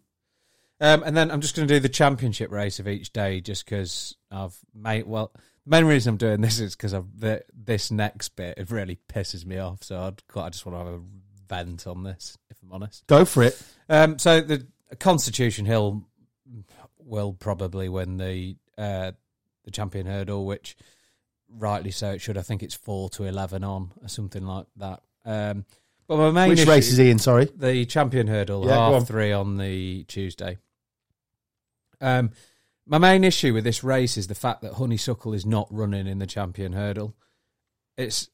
[SPEAKER 3] Um, and then I'm just going to do the championship race of each day, just because I've made. Well, the main reason I'm doing this is because I've the, this next bit it really pisses me off. So I'd quite, I just want to have a vent on this, if I'm honest.
[SPEAKER 1] Go for it.
[SPEAKER 3] Um, so the Constitution Hill will probably win the uh, the champion hurdle, which rightly so it should. I think it's four to eleven on or something like that. Um, but my main
[SPEAKER 1] Which
[SPEAKER 3] issue-
[SPEAKER 1] race is he in? Sorry,
[SPEAKER 3] the champion hurdle,
[SPEAKER 1] Yeah, go
[SPEAKER 3] half
[SPEAKER 1] on.
[SPEAKER 3] three on the Tuesday. Um, my main issue with this race is the fact that Honeysuckle is not running in the champion hurdle. It's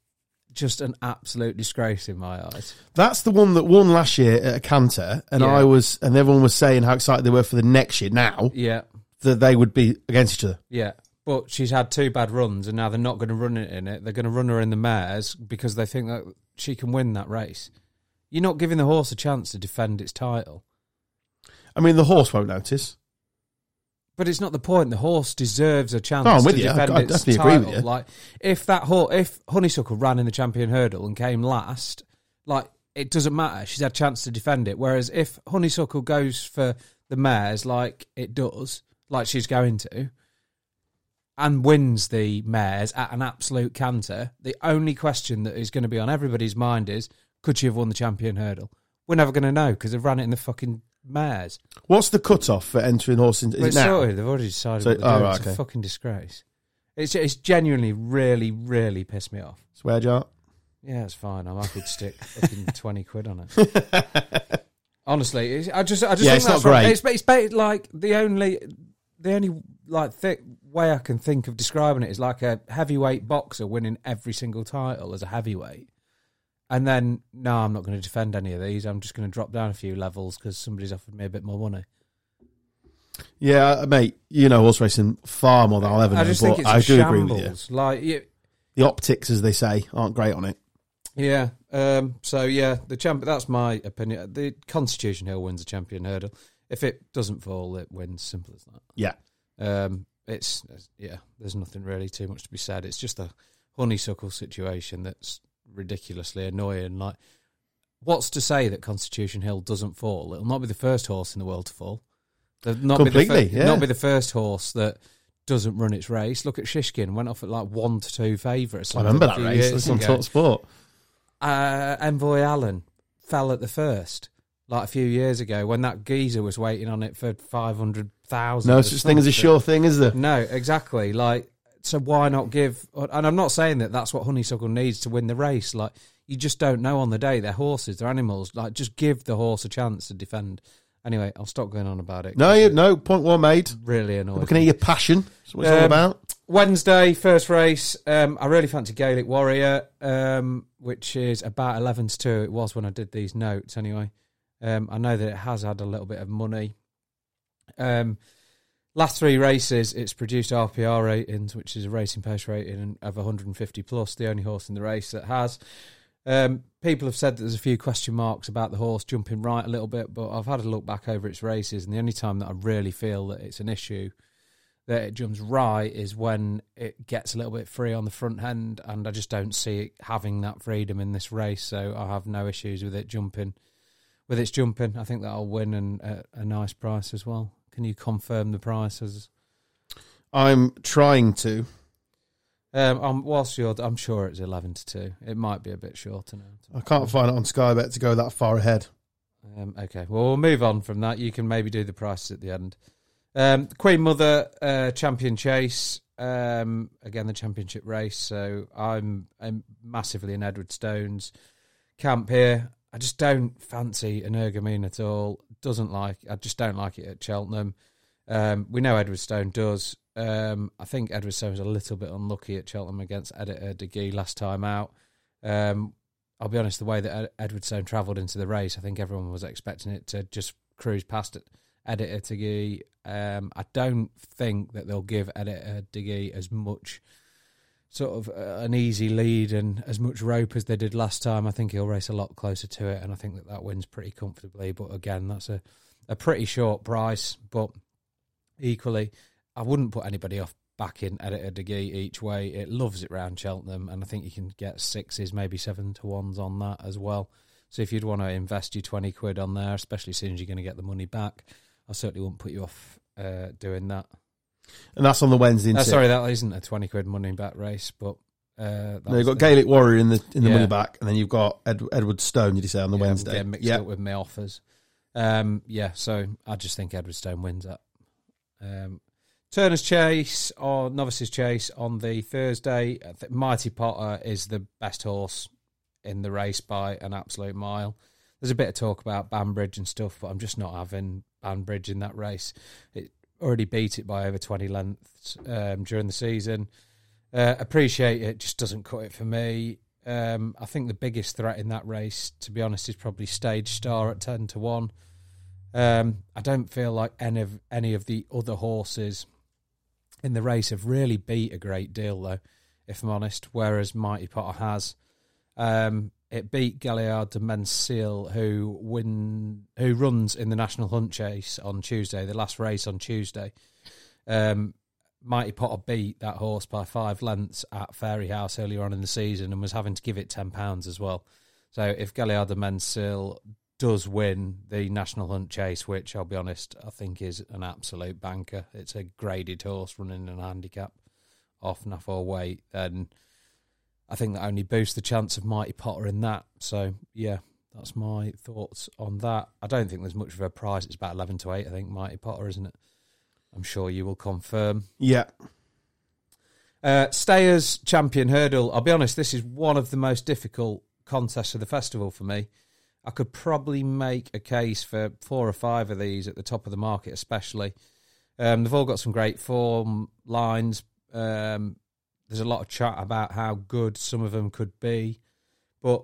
[SPEAKER 3] just an absolute disgrace in my eyes.
[SPEAKER 1] that's the one that won last year at a canter, and
[SPEAKER 3] Yeah.
[SPEAKER 1] I was, and everyone was saying how excited they were for the next year. Now
[SPEAKER 3] Yeah,
[SPEAKER 1] that they would be against each other.
[SPEAKER 3] yeah. But she's had two bad runs, and now they're not going to run it in it. They're going to run her in the mares because they think that she can win that race. You're not giving the horse a chance to defend its title.
[SPEAKER 1] I mean, the horse won't notice.
[SPEAKER 3] But it's not the point. The horse deserves a chance
[SPEAKER 1] No, I'm with
[SPEAKER 3] to
[SPEAKER 1] you. I-
[SPEAKER 3] defend
[SPEAKER 1] I
[SPEAKER 3] its
[SPEAKER 1] definitely agree
[SPEAKER 3] title.
[SPEAKER 1] with you.
[SPEAKER 3] Like if that horse, if Honeysuckle ran in the champion hurdle and came last, like it doesn't matter. She's had a chance to defend it. Whereas if Honeysuckle goes for the mares, like it does, like she's going to, and wins the mares at an absolute canter, the only question that is going to be on everybody's mind is, could she have won the champion hurdle? We're never going to know because they've ran it in the fucking mares.
[SPEAKER 1] What's the cutoff for entering horse into? Is
[SPEAKER 3] But it's
[SPEAKER 1] it now?
[SPEAKER 3] sorted. They've already decided.
[SPEAKER 1] So-
[SPEAKER 3] what they're
[SPEAKER 1] oh,
[SPEAKER 3] doing.
[SPEAKER 1] right,
[SPEAKER 3] it's
[SPEAKER 1] okay.
[SPEAKER 3] a fucking disgrace. It's it's genuinely really really pissed me off.
[SPEAKER 1] Swear jar.
[SPEAKER 3] Yeah, it's fine. I'm happy to stick fucking twenty quid on it. Honestly, it's, I just, I just
[SPEAKER 1] Yeah,
[SPEAKER 3] think
[SPEAKER 1] it's
[SPEAKER 3] that's
[SPEAKER 1] not
[SPEAKER 3] right.
[SPEAKER 1] great.
[SPEAKER 3] It's, ba- it's ba- like the only, the only like thick way I can think of describing it is like a heavyweight boxer winning every single title as a heavyweight, and then no, I'm not going to defend any of these. I'm just going to drop down a few levels because somebody's offered me a bit more money.
[SPEAKER 1] Yeah, uh, mate, you know horse racing far more than I'll ever know.
[SPEAKER 3] I just
[SPEAKER 1] but
[SPEAKER 3] think it's
[SPEAKER 1] I
[SPEAKER 3] a
[SPEAKER 1] do
[SPEAKER 3] shambles.
[SPEAKER 1] agree with you.
[SPEAKER 3] Like, you,
[SPEAKER 1] The optics, as they say, aren't great on it.
[SPEAKER 3] Yeah. Um, so yeah, the champ. That's my opinion. The Constitution Hill wins the champion hurdle. If it doesn't fall, it wins. Simple as that.
[SPEAKER 1] Yeah.
[SPEAKER 3] Um, it's it's- yeah. There's nothing really too much to be said. It's just a honeysuckle situation that's ridiculously annoying. Like, what's to say that Constitution Hill doesn't fall? It'll not be the first horse in the world to fall. They'll Not Be the
[SPEAKER 1] Completely,
[SPEAKER 3] fir-
[SPEAKER 1] yeah.
[SPEAKER 3] Not be the first horse that doesn't run its race. Look at Shishkin. Went off at like one to two favourites.
[SPEAKER 1] I remember
[SPEAKER 3] a
[SPEAKER 1] that
[SPEAKER 3] few
[SPEAKER 1] race.
[SPEAKER 3] years
[SPEAKER 1] That's on
[SPEAKER 3] ago
[SPEAKER 1] Talk Sport.
[SPEAKER 3] uh, Envoy Allen fell at the first, like a few years ago, when that geezer was waiting on it for five hundred thousand.
[SPEAKER 1] No such thing as a sure thing, is there?
[SPEAKER 3] No, exactly. Like, so why not give? And I'm not saying that that's what Honeysuckle needs to win the race. Like, you just don't know on the day. They're horses, they're animals. Like, just give the horse a chance to defend. Anyway, I'll stop going on about it.
[SPEAKER 1] No,
[SPEAKER 3] 'cause
[SPEAKER 1] you,
[SPEAKER 3] it
[SPEAKER 1] no. Point well made.
[SPEAKER 3] Really annoying.
[SPEAKER 1] We can hear your passion. That's what it's all
[SPEAKER 3] Um,
[SPEAKER 1] about.
[SPEAKER 3] Wednesday, first race. Um, I really fancy Gaelic Warrior, um, which is about 11 to 2. It was when I did these notes, anyway. Um, I know that it has had a little bit of money. Um, last three races, it's produced RPR ratings, which is a racing pace rating of 150 plus, the only horse in the race that has. Um, people have said that there's a few question marks about the horse jumping right a little bit, but I've had a look back over its races, and the only time that I really feel that it's an issue that it jumps right is when it gets a little bit free on the front end, and I just don't see it having that freedom in this race. So I have no issues with it jumping. With its jumping, I think that'll win and at a nice price as well. Can you confirm the prices?
[SPEAKER 1] I'm trying to.
[SPEAKER 3] Um, I'm, whilst you're, I'm sure it's eleven to two. It might be a bit shorter now.
[SPEAKER 1] I can't find it on Sky Bet to go that far ahead.
[SPEAKER 3] Um, okay, well, we'll move on from that. You can maybe do the prices at the end. Um, Queen Mother uh, Champion Chase um, again, the championship race. So I'm, I'm massively in Edward Stone's camp here. I just don't fancy an Ergamine at all. Doesn't like. I just don't like it at Cheltenham. Um, we know Edward Stone does. Um, I think Edward Stone was a little bit unlucky at Cheltenham against Editor De Gea last time out. Um, I'll be honest, the way that Ed- Edward Stone travelled into the race, I think everyone was expecting it to just cruise past it. Editor Diggy. Um, I don't think that they'll give Editor Diggy as much sort of uh, an easy lead and as much rope as they did last time. I think he'll race a lot closer to it, and I think that that wins pretty comfortably. But again, that's a, a pretty short price. But equally, I wouldn't put anybody off backing Editor Diggy each way. It loves it round Cheltenham, and I think you can get sixes, maybe seven to ones on that as well. So if you'd want to invest your 20 quid on there, especially seeing as you're going to get the money back, I certainly wouldn't put you off uh, doing that.
[SPEAKER 1] And that's on the Wednesday.
[SPEAKER 3] Uh,
[SPEAKER 1] isn't it?
[SPEAKER 3] sorry, that isn't a 20 quid money back race, but. Uh, that
[SPEAKER 1] No,
[SPEAKER 3] was
[SPEAKER 1] you've got
[SPEAKER 3] the-
[SPEAKER 1] Gaelic Warrior in the in the
[SPEAKER 3] Yeah.
[SPEAKER 1] money back, and then you've got Ed, Edward Stone. Did you say on the
[SPEAKER 3] Yeah, I'm
[SPEAKER 1] Wednesday?
[SPEAKER 3] Getting mixed
[SPEAKER 1] Yeah,
[SPEAKER 3] up with my offers. Um, yeah, so I just think Edward Stone wins that. Um, Turner's Chase or Novices Chase on the Thursday. I think Mighty Potter is the best horse in the race by an absolute mile. There's a bit of talk about Banbridge and stuff, but I'm just not having Banbridge in that race. It already beat it by over 20 lengths um, during the season. Uh, appreciate it, just doesn't cut it for me. Um, I think the biggest threat in that race, to be honest, is probably Stage Star at ten to one. Um, I don't feel like any of any of the other horses in the race have really beat a great deal, though, if I'm honest. Whereas Mighty Potter has, um, it beat Galliard de Mensil, who win who runs in the National Hunt Chase on Tuesday, the last race on Tuesday. Um, Mighty Potter beat that horse by five lengths at Fairy House earlier on in the season and was having to give it ten pounds as well. So if Galliard de Mensil does win the National Hunt Chase, which I'll be honest, I think is an absolute banker. It's a graded horse running in a handicap off Nafor weight, then I think that only boosts the chance of Mighty Potter in that. So yeah, that's my thoughts on that. I don't think there's much of a price. It's about eleven to eight, I think, Mighty Potter, isn't it? I'm sure you will confirm.
[SPEAKER 1] yeah.
[SPEAKER 3] Uh, Stayers Champion Hurdle. I'll be honest, this is one of the most difficult contests of the festival for me. I could probably make a case for four or five of these at the top of the market, especially. Um, they've all got some great form lines. Um, there's a lot of chat about how good some of them could be, but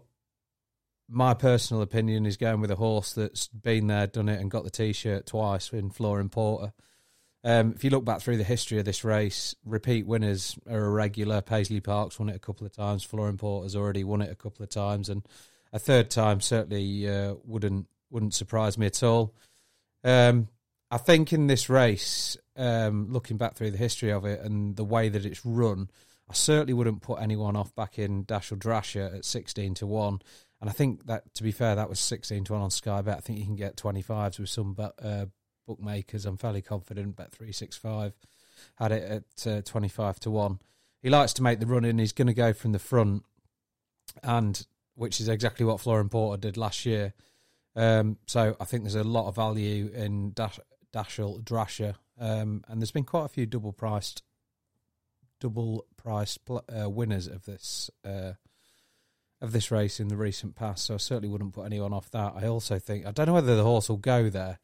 [SPEAKER 3] my personal opinion is going with a horse that's been there, done it, and got the T-shirt twice in Florin Porter. Um, if you look back through the history of this race, repeat winners are a regular. Paisley Parks won it a couple of times. Florin Porter's already won it a couple of times, and a third time certainly uh, wouldn't wouldn't surprise me at all. Um, I think in this race, um, looking back through the history of it and the way that it's run, I certainly wouldn't put anyone off back in Dash or Drasher at sixteen to one. And I think that, to be fair, that was sixteen to one on Sky Bet. I think you can get twenty fives with some bu- uh, bookmakers. I'm fairly confident. Bet three six five had it at uh, twenty five to one. He likes to make the run in. He's going to go from the front, and which is exactly what Florin Porter did last year. Um, so I think there's a lot of value in Dash, Dashel Drasher, um, and there's been quite a few double priced, double priced pl- uh, winners of this uh, of this race in the recent past. So I certainly wouldn't put anyone off that. I also think I don't know whether the horse will go there,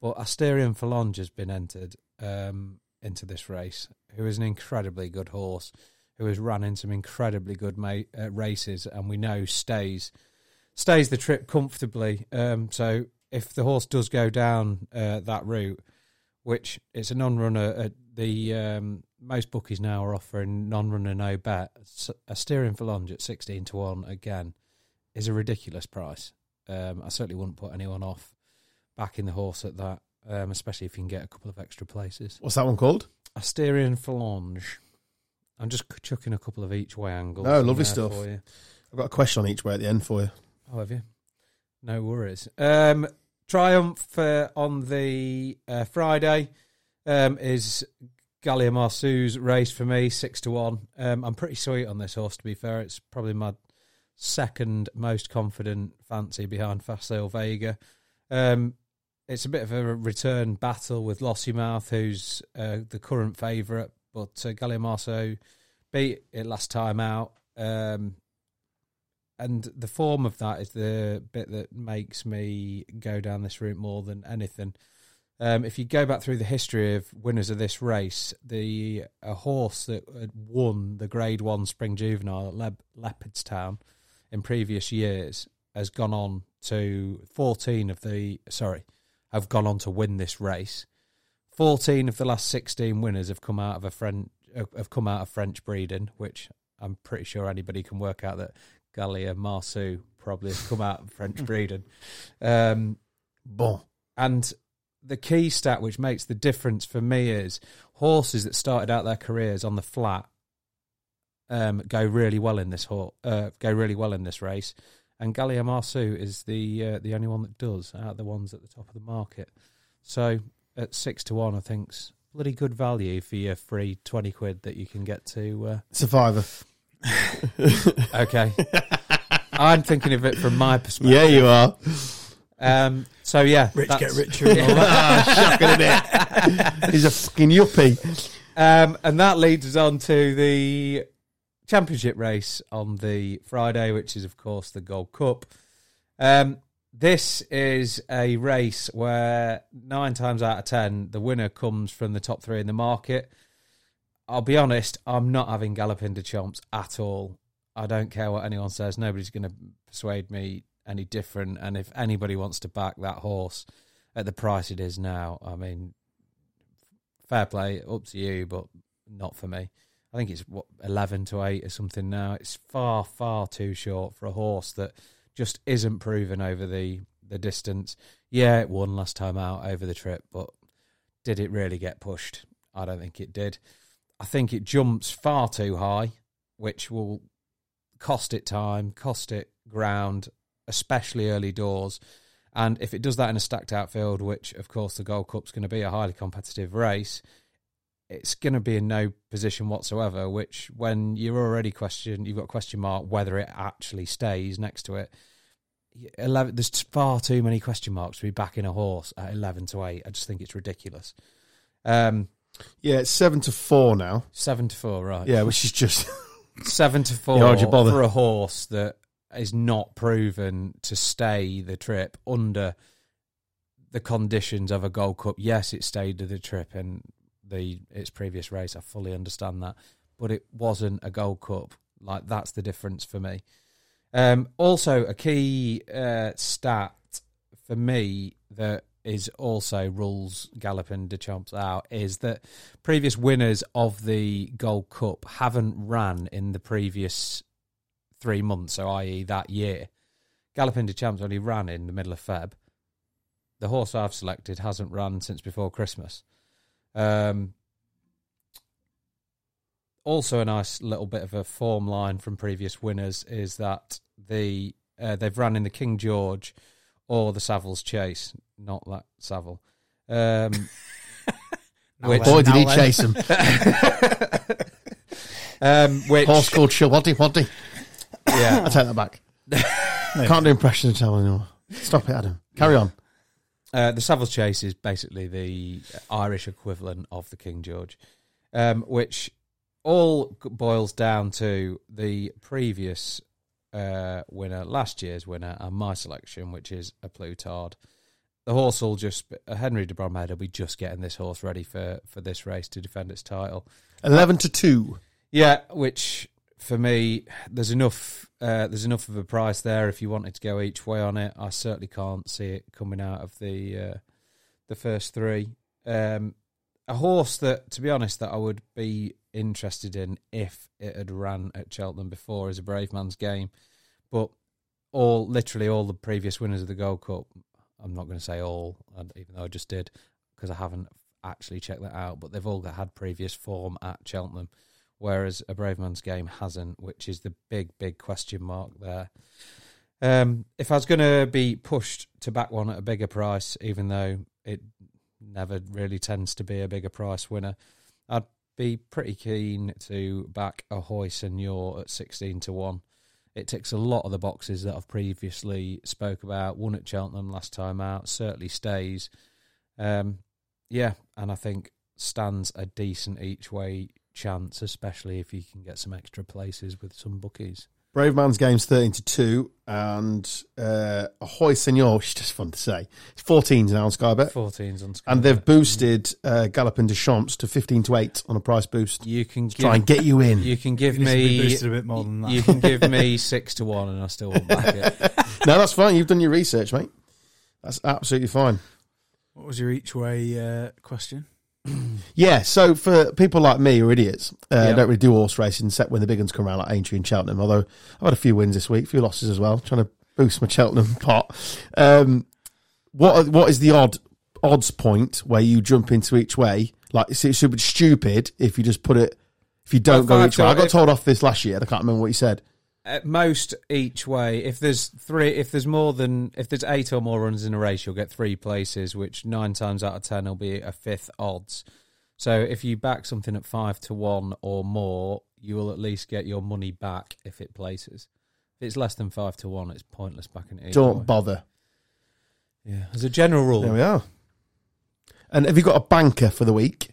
[SPEAKER 3] but Asterion Falange has been entered um, into this race, who is an incredibly good horse, who has run in some incredibly good ma- uh, races, and we know stays stays the trip comfortably. Um, so if the horse does go down uh, that route, which it's a non-runner, uh, the um, most bookies now are offering non-runner no bet. S- A steering for lunge at sixteen to one again is a ridiculous price. Um, I certainly wouldn't put anyone off backing the horse at that, um, especially if you can get a couple of extra places.
[SPEAKER 1] What's that one called?
[SPEAKER 3] Asterion Falange. I'm just chucking a couple of each way angles.
[SPEAKER 1] Oh,
[SPEAKER 3] in
[SPEAKER 1] lovely
[SPEAKER 3] there
[SPEAKER 1] stuff.
[SPEAKER 3] for you.
[SPEAKER 1] I've got a question on each way at the end for you.
[SPEAKER 3] Oh, have you? No worries. Um, Triumph uh, on the uh, Friday um, is Gallia Marsu's race for me, six to one. Um, I'm pretty sweet on this horse, to be fair. It's probably my second most confident fancy behind Fast Sail Vega. Um, it's a bit of a return battle with Lossy Mouth, who's uh, the current favourite, but uh, Gallia Marceau beat it last time out. Um, and the form of that is the bit that makes me go down this route more than anything. Um, if you go back through the history of winners of this race, the a horse that had won the Grade One Spring Juvenile at Leb- Leopardstown in previous years has gone on to fourteen of the sorry have gone on to win this race. Fourteen of the last sixteen winners have come out of a French have come out of French breeding, which I'm pretty sure anybody can work out that Gallia Marceau probably has come out of French breeding. Um,
[SPEAKER 1] Bon.
[SPEAKER 3] and the key stat which makes the difference for me is horses that started out their careers on the flat um, go really well in this hor uh, go really well in this race, and Gallia Marsu is the uh, the only one that does out of the ones at the top of the market. So at six to one, I think's bloody good value for your free twenty quid that you can get to.
[SPEAKER 1] Survivor.
[SPEAKER 3] Uh, okay, I'm thinking of it from my perspective.
[SPEAKER 1] yeah, you are.
[SPEAKER 3] Um, so yeah,
[SPEAKER 2] Rich
[SPEAKER 3] that's-
[SPEAKER 2] get richer and all that.
[SPEAKER 3] Ah,
[SPEAKER 1] Shocking, isn't it? He's a fucking yuppie.
[SPEAKER 3] Um, and that leads us on to the championship race on the Friday, which is, of course, the Gold Cup. Um, this is a race where nine times out of ten, the winner comes from the top three in the market. I'll be honest, I'm not having Galloping de Champs at all. I don't care what anyone says. Nobody's going to persuade me any different. And if anybody wants to back that horse at the price it is now, I mean, fair play, up to you, but not for me. I think it's what eleven to eight or something now. It's far, far too short for a horse that just isn't proven over the the distance. Yeah, it won last time out over the trip, but did it really get pushed? I don't think it did. I think it jumps far too high, which will cost it time, cost it ground, especially early doors. And if it does that in a stacked outfield, which of course the Gold Cup's going to be a highly competitive race, it's going to be in no position whatsoever. Which, when you're already question, you've got a question mark whether it actually stays next to it. Eleven, there's far too many question marks to be backing a horse at eleven to eight. I just think it's ridiculous. Um,
[SPEAKER 1] Yeah, it's seven to four now.
[SPEAKER 3] Seven to four, right?
[SPEAKER 1] Yeah, which is just
[SPEAKER 3] seven to four
[SPEAKER 1] Yeah, why'd you bother?
[SPEAKER 3] for a horse that is not proven to stay the trip under the conditions of a Gold Cup. Yes, it stayed the trip in the its previous race. I fully understand that, but it wasn't a Gold Cup. Like that's the difference for me. Um, also, a key uh, stat for me that is also rules Gallop and Deschamps out is that previous winners of the Gold Cup haven't ran in the previous three months, so i.e. that year. Galloping de Champs only ran in the middle of Feb. The horse I've selected hasn't run since before Christmas. Um, also, a nice little bit of a form line from previous winners is that the uh, they've run in the King George or the Savills Chase, not that Savile. Um,
[SPEAKER 2] Now
[SPEAKER 3] Which-
[SPEAKER 2] then,
[SPEAKER 1] boy did
[SPEAKER 2] now
[SPEAKER 1] he
[SPEAKER 3] eh?
[SPEAKER 2] then.
[SPEAKER 1] chase him.
[SPEAKER 3] um, which
[SPEAKER 1] Horse called Shawati Wati.
[SPEAKER 3] yeah,
[SPEAKER 1] I take that back. Can't do impression of Tom anymore. Stop it, Adam. Carry on.
[SPEAKER 3] Uh, the Savills Chase is basically the Irish equivalent of the King George, um, which all g- boils down to the previous uh, winner, last year's winner, and my selection, which is a Plutard. The horse will just, uh, Henry de Bromhead will be just getting this horse ready for, for this race to defend its title.
[SPEAKER 1] Eleven to two.
[SPEAKER 3] Yeah, which for me, there's enough. Uh, there's enough of a price there if you wanted to go each way on it. I certainly can't see it coming out of the uh, the first three. Um, a horse that, to be honest, that I would be interested in if it had ran at Cheltenham before is a Brave Man's Game, but all literally all the previous winners of the Gold Cup. I'm not going to say all, and even though I just did because I haven't actually checked that out, but they've all had previous form at Cheltenham whereas a brave man's game hasn't, which is the big, big question mark there. Um, if I was going to be pushed to back one at a bigger price, even though it never really tends to be a bigger price winner, I'd be pretty keen to back Ahoy Senor at 16 to 1. It ticks a lot of the boxes that I've previously spoke about. Won at Cheltenham last time out, certainly stays. Um, yeah, and I think stands a decent each way chance, especially if you can get some extra places with some bookies.
[SPEAKER 1] Brave Man's Game's thirteen to two, and uh, Ahoy Senor, which is just fun to say. It's fourteens now on Sky Bet,
[SPEAKER 3] 14s on Sky.
[SPEAKER 1] Uh, and they've
[SPEAKER 3] Bet.
[SPEAKER 1] boosted uh, Gallop and Deschamps to fifteen to eight on a price boost.
[SPEAKER 3] You can give,
[SPEAKER 1] Try and get you in.
[SPEAKER 3] you can give
[SPEAKER 2] It needs to be
[SPEAKER 3] me
[SPEAKER 2] boosted a bit more than that.
[SPEAKER 3] You can give me six to one, and I still won't back it.
[SPEAKER 1] no, that's fine. You've done your research, mate. That's absolutely fine.
[SPEAKER 2] What was your each way uh, question?
[SPEAKER 1] Yeah, so for people like me who are idiots, uh,
[SPEAKER 3] Yeah.
[SPEAKER 1] don't really do horse racing except when the big ones come around like Aintree and Cheltenham. Although I've had a few wins this week, a few losses as well, trying to boost my Cheltenham pot. Um, what what is the odd odds point where you jump into each way? Like it's, it's super stupid if you just put it if you don't
[SPEAKER 3] Well,
[SPEAKER 1] go
[SPEAKER 3] if
[SPEAKER 1] each way. I
[SPEAKER 3] I've got-
[SPEAKER 1] got told off this last year. and I can't remember what you said.
[SPEAKER 3] At most each way, if there's three, if there's more than, if there's eight or more runs in a race, you'll get three places, which nine times out of ten will be a fifth odds. So if you back something at five to one or more, you will at least get your money back if it places. If it's less than five to one, it's pointless backing it. either
[SPEAKER 1] Don't
[SPEAKER 3] way.
[SPEAKER 1] bother.
[SPEAKER 3] Yeah, as a general
[SPEAKER 1] There
[SPEAKER 3] rule,
[SPEAKER 1] we are. And have you got a banker for the week?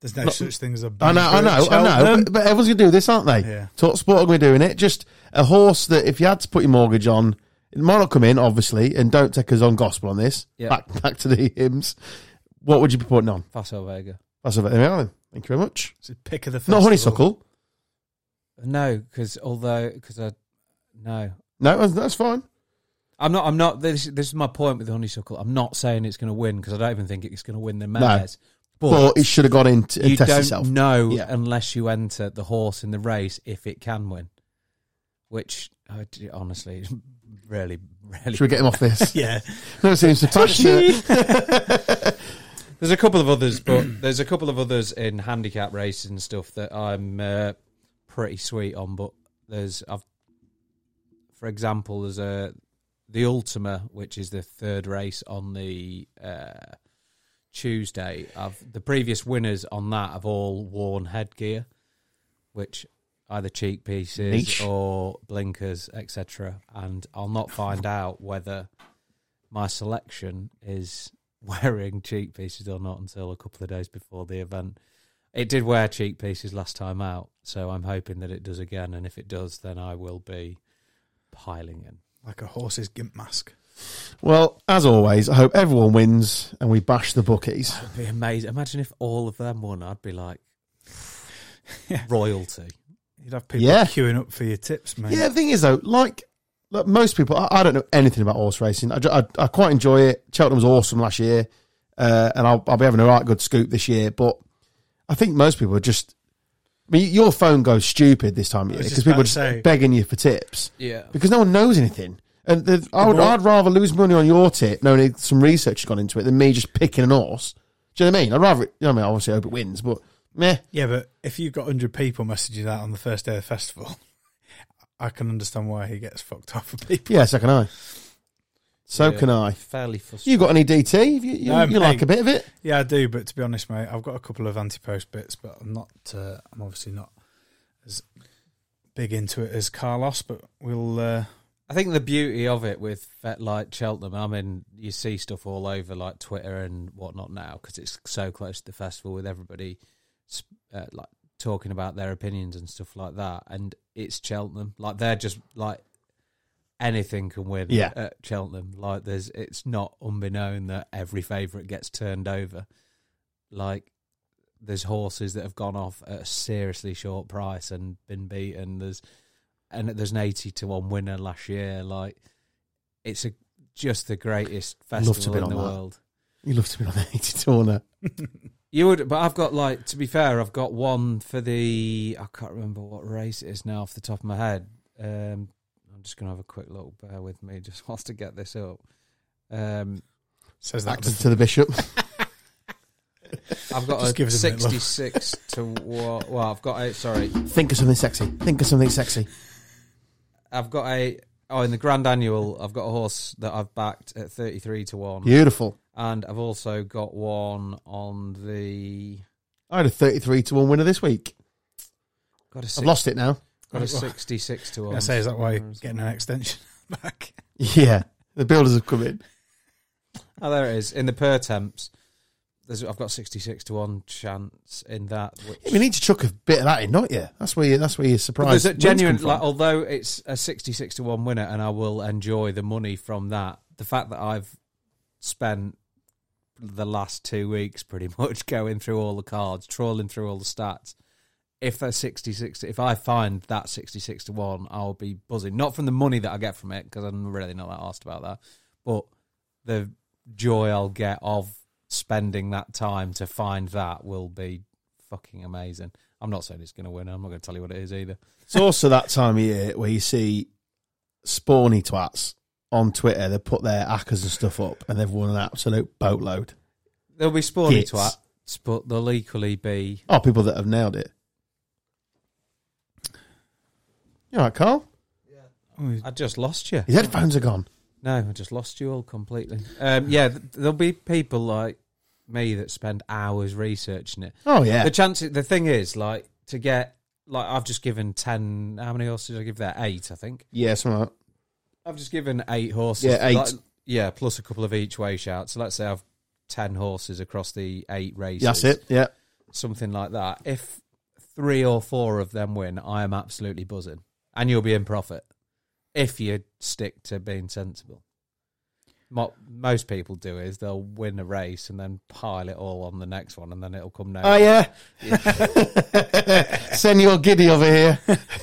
[SPEAKER 2] There's no
[SPEAKER 1] Not-
[SPEAKER 2] such thing as a.
[SPEAKER 1] I know, I know, I know. But, but everyone's gonna do this, aren't they?
[SPEAKER 2] Yeah.
[SPEAKER 1] Talk sport are going to be doing it. Just a horse that if you had to put your mortgage on, it might not come in, obviously, and don't take us on gospel on this.
[SPEAKER 3] Yeah.
[SPEAKER 1] Back back to the hymns. What would you be putting on?
[SPEAKER 3] Faso Vega.
[SPEAKER 1] That's about it. Alan. Thank you very much.
[SPEAKER 2] It's a pick of the
[SPEAKER 1] It's Not
[SPEAKER 2] festival.
[SPEAKER 1] honeysuckle.
[SPEAKER 3] No, because although because I no,
[SPEAKER 1] No, that's, that's fine.
[SPEAKER 3] I'm not. I'm not. This this is my point with the honeysuckle. I'm not saying it's going to win because I don't even think it's going to win the mares.
[SPEAKER 1] But, it should have gone in to,
[SPEAKER 3] you
[SPEAKER 1] and test
[SPEAKER 3] don't
[SPEAKER 1] itself.
[SPEAKER 3] know
[SPEAKER 1] Yeah.
[SPEAKER 3] unless you enter the horse in the race if it can win. Which I d- honestly, is really, really.
[SPEAKER 1] Should we get him off this?
[SPEAKER 2] Yeah,
[SPEAKER 1] Never seen him so tight shirt.
[SPEAKER 3] There's a couple of others, but there's a couple of others in handicap races and stuff that I'm uh, pretty sweet on. But there's, I've, for example, there's a the Ultima, which is the third race on the uh, Tuesday. I've the previous winners on that have all worn headgear, which either cheek pieces
[SPEAKER 1] Niche.
[SPEAKER 3] or blinkers, etc. And I'll not find out whether my selection is wearing cheek pieces or not until a couple of days before the event. It did wear cheek pieces last time out, so I'm hoping that it does again. And if it does, then I will be piling in.
[SPEAKER 2] like a horse's gimp mask.
[SPEAKER 1] Well, as always, I hope everyone wins and we bash the bookies.
[SPEAKER 3] It'd be amazing. Imagine if all of them won. I'd be like royalty.
[SPEAKER 2] You'd have people
[SPEAKER 1] Yeah.
[SPEAKER 2] queuing up for your tips, mate.
[SPEAKER 1] Yeah, the thing is though, like, like most people, I, I don't know anything about horse racing. I, ju- I, I quite enjoy it. Cheltenham was awesome last year, uh, and I'll, I'll be having a right good scoop this year. But I think most people are just. I mean, your phone goes stupid this time of year
[SPEAKER 2] was
[SPEAKER 1] because
[SPEAKER 2] just
[SPEAKER 1] people
[SPEAKER 2] about
[SPEAKER 1] are
[SPEAKER 2] to
[SPEAKER 1] just
[SPEAKER 2] say.
[SPEAKER 1] begging you for tips
[SPEAKER 3] Yeah.
[SPEAKER 1] because no one knows anything. And the, I would,
[SPEAKER 2] more-
[SPEAKER 1] I'd rather lose money on your tip knowing it- some research has gone into it than me just picking an horse. Do you know what I mean? I'd rather, it, you know what I mean? Obviously, I hope it wins, but meh.
[SPEAKER 2] Yeah, but if you've got 100 people messaging that on the first day of the festival, I can understand why he gets fucked off for people.
[SPEAKER 1] Yeah, so can I. So
[SPEAKER 3] Yeah.
[SPEAKER 1] can I.
[SPEAKER 3] Fairly frustrating.
[SPEAKER 1] You got any DT? You, you,
[SPEAKER 2] No,
[SPEAKER 1] you like
[SPEAKER 2] mate.
[SPEAKER 1] a bit of it?
[SPEAKER 2] Yeah, I do, but to be honest, mate, I've got a couple of anti-post bits, but I'm not. Uh, I'm obviously not as big into it as Carlos, but we'll. Uh,
[SPEAKER 3] I think the beauty of it with Fet like Cheltenham, I mean, you see stuff all over like Twitter and whatnot now because it's so close to the festival with everybody sp- uh, like talking about their opinions and stuff like that. And it's Cheltenham, like they're just like anything can win
[SPEAKER 1] Yeah.
[SPEAKER 3] at Cheltenham. Like there's, it's not unbeknown that every favourite gets turned over. Like there's horses that have gone off at a seriously short price and been beaten. There's and there's an eighty to one winner last year. Like it's a just the greatest
[SPEAKER 1] Love to
[SPEAKER 3] festival
[SPEAKER 1] be
[SPEAKER 3] in
[SPEAKER 1] on
[SPEAKER 3] the
[SPEAKER 1] that.
[SPEAKER 3] world.
[SPEAKER 1] You love to be on the 80 tourner.
[SPEAKER 3] You would, but I've got like to be fair, I've got one for the I can't remember what race it is now off the top of my head. Um, I'm just gonna have a quick look. Bear with me, just whilst I get this up. Um,
[SPEAKER 2] says that.
[SPEAKER 1] Acted to the bishop.
[SPEAKER 3] I've got
[SPEAKER 2] Just
[SPEAKER 3] a
[SPEAKER 2] give us a minute, love.
[SPEAKER 3] sixty-six to what? Well, I've got a sorry,
[SPEAKER 1] Think of something sexy. Think of something sexy.
[SPEAKER 3] I've got a oh in the Grand Annual, I've got a horse that I've backed at thirty-three to one,
[SPEAKER 1] Beautiful.
[SPEAKER 3] and I've also got one on the
[SPEAKER 1] I had a 33 to 1 winner this week.
[SPEAKER 3] got a
[SPEAKER 1] I've
[SPEAKER 3] six,
[SPEAKER 1] lost it now.
[SPEAKER 3] got a sixty-six to one.
[SPEAKER 2] I say, is that why you're getting an extension back?
[SPEAKER 1] Yeah. The builders have come in.
[SPEAKER 3] Oh, there it is. In the per temps, there's, I've got 66 to 1 chance in that. Which,
[SPEAKER 1] We need to chuck a bit of that in, not you? That's where you, that's where you're
[SPEAKER 3] But
[SPEAKER 1] surprised.
[SPEAKER 3] there's a genuine, like, although it's a 66 to 1 winner and I will enjoy the money from that, the fact that I've spent the last two weeks pretty much going through all the cards, trawling through all the stats. If they're 66, if I find that 66 to 1, I'll be buzzing. Not from the money that I get from it, because I'm really not that asked about that, but the joy I'll get of spending that time to find that will be fucking amazing. I'm not saying it's going to win. I'm not going to tell you what it is either.
[SPEAKER 1] It's also that time of year where you see spawny twats on Twitter. They put their hackers and stuff up and they've won an absolute boatload.
[SPEAKER 3] There'll be spawny
[SPEAKER 1] Gits.
[SPEAKER 3] twats, but there'll equally be.
[SPEAKER 1] Oh, people that have nailed it. You all right, Carl?
[SPEAKER 2] Oh,
[SPEAKER 3] I just lost you.
[SPEAKER 1] His headphones are gone.
[SPEAKER 3] No, I just lost you all completely. Um, yeah, th- there'll be people like me that spend hours researching it.
[SPEAKER 1] Oh, yeah.
[SPEAKER 3] The chance, the thing is, like to get like I've just given ten. How many horses did I give there? Eight, I think.
[SPEAKER 1] Yeah, something like that.
[SPEAKER 3] I've just given eight horses.
[SPEAKER 1] Yeah, eight.
[SPEAKER 3] Like, yeah, plus a couple of each way shouts. So let's say I've ten horses across the eight races.
[SPEAKER 1] That's it. Yeah.
[SPEAKER 3] Something like that. If three or four of them win, I am absolutely buzzing, and you'll be in profit if you stick to being sensible. What most people do is they'll win a race and then pile it all on the next one, and then it'll come down.
[SPEAKER 1] Oh, yeah. Send your giddy over here.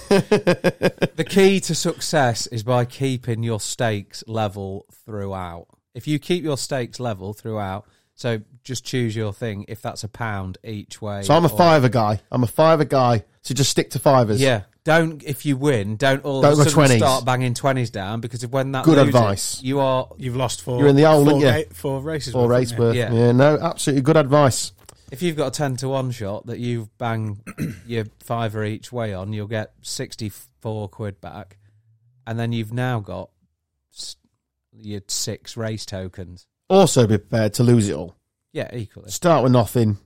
[SPEAKER 3] The key to success is by keeping your stakes level throughout. If you keep your stakes level throughout, so just choose your thing. If that's a pound each way,
[SPEAKER 1] So I'm a
[SPEAKER 3] or-
[SPEAKER 1] fiver guy. I'm a fiver guy. So just stick to fivers.
[SPEAKER 3] Yeah, don't if you win, don't all
[SPEAKER 1] Don't
[SPEAKER 3] of
[SPEAKER 1] go
[SPEAKER 3] a sudden
[SPEAKER 1] 20s.
[SPEAKER 3] start banging twenties down because if when that
[SPEAKER 1] Good
[SPEAKER 3] loses,
[SPEAKER 1] advice.
[SPEAKER 3] You are
[SPEAKER 2] You've lost four.
[SPEAKER 1] You're in the hole,
[SPEAKER 2] four,
[SPEAKER 1] aren't you?
[SPEAKER 2] ga- four races.
[SPEAKER 1] Or
[SPEAKER 2] worth,
[SPEAKER 1] race
[SPEAKER 2] aren't you?
[SPEAKER 1] worth.
[SPEAKER 3] Yeah.
[SPEAKER 1] Yeah. no, absolutely good advice.
[SPEAKER 3] if you've got a ten to one shot that you bang your fiver each way on, you'll get sixty four quid back, and then you've now got s- your six race tokens.
[SPEAKER 1] Also be prepared to lose it all.
[SPEAKER 3] Yeah, equally.
[SPEAKER 1] Start with nothing,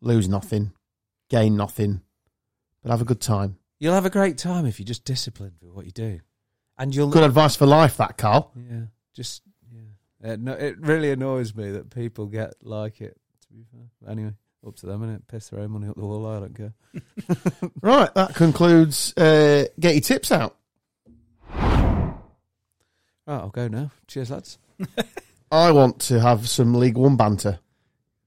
[SPEAKER 1] lose nothing, gain nothing, but have a good time.
[SPEAKER 3] You'll have a great time if you're just disciplined with what you do, and you'll
[SPEAKER 1] Good advice for life, that, Carl.
[SPEAKER 3] yeah, just yeah. It, no, it really annoys me that people get like it. To be fair, anyway, Up to them, innit? Piss their own money up the wall. I don't care.
[SPEAKER 1] Right, that concludes uh, Get Your Tips Out.
[SPEAKER 3] Right, I'll go now. Cheers, lads.
[SPEAKER 1] I want to have some League One banter.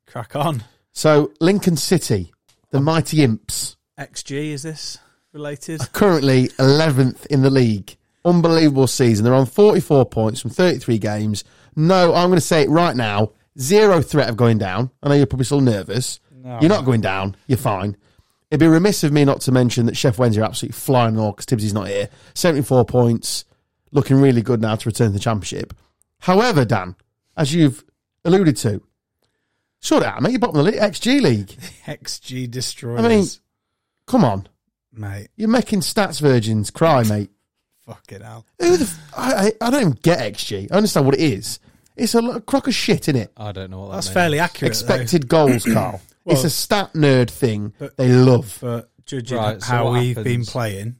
[SPEAKER 2] Crack on.
[SPEAKER 1] So, Lincoln City, the mighty imps,
[SPEAKER 2] XG is this related?
[SPEAKER 1] are currently 11th in the league. Unbelievable season. They're on 44 points from 33 games. No, I'm going to say it right now zero threat of going down. I know you're probably still nervous.
[SPEAKER 2] No.
[SPEAKER 1] You're not going down. You're fine. It'd be remiss of me not to mention that Chef Wednesday are absolutely flying all because Tibbsy's not here. 74 points, looking really good now to return to the championship. However, Dan, as you've alluded to, sort it out, mate. You're bottom of the league, XG League.
[SPEAKER 2] XG destroyers.
[SPEAKER 1] I mean- Come on.
[SPEAKER 2] mate,
[SPEAKER 1] You're making stats virgins cry, mate.
[SPEAKER 2] fucking hell.
[SPEAKER 1] Who the f- I, I, I don't even get XG. I understand what it is. It's a lo- crock of shit, is it?
[SPEAKER 3] I don't know what that
[SPEAKER 2] That's
[SPEAKER 3] means.
[SPEAKER 2] fairly accurate.
[SPEAKER 1] Expected goals, Carl. it's
[SPEAKER 2] Well-
[SPEAKER 1] a stat nerd thing
[SPEAKER 2] But-
[SPEAKER 1] they love.
[SPEAKER 2] though, but judging
[SPEAKER 3] Right, so
[SPEAKER 2] how
[SPEAKER 3] what
[SPEAKER 2] we've
[SPEAKER 3] happens?
[SPEAKER 2] been playing,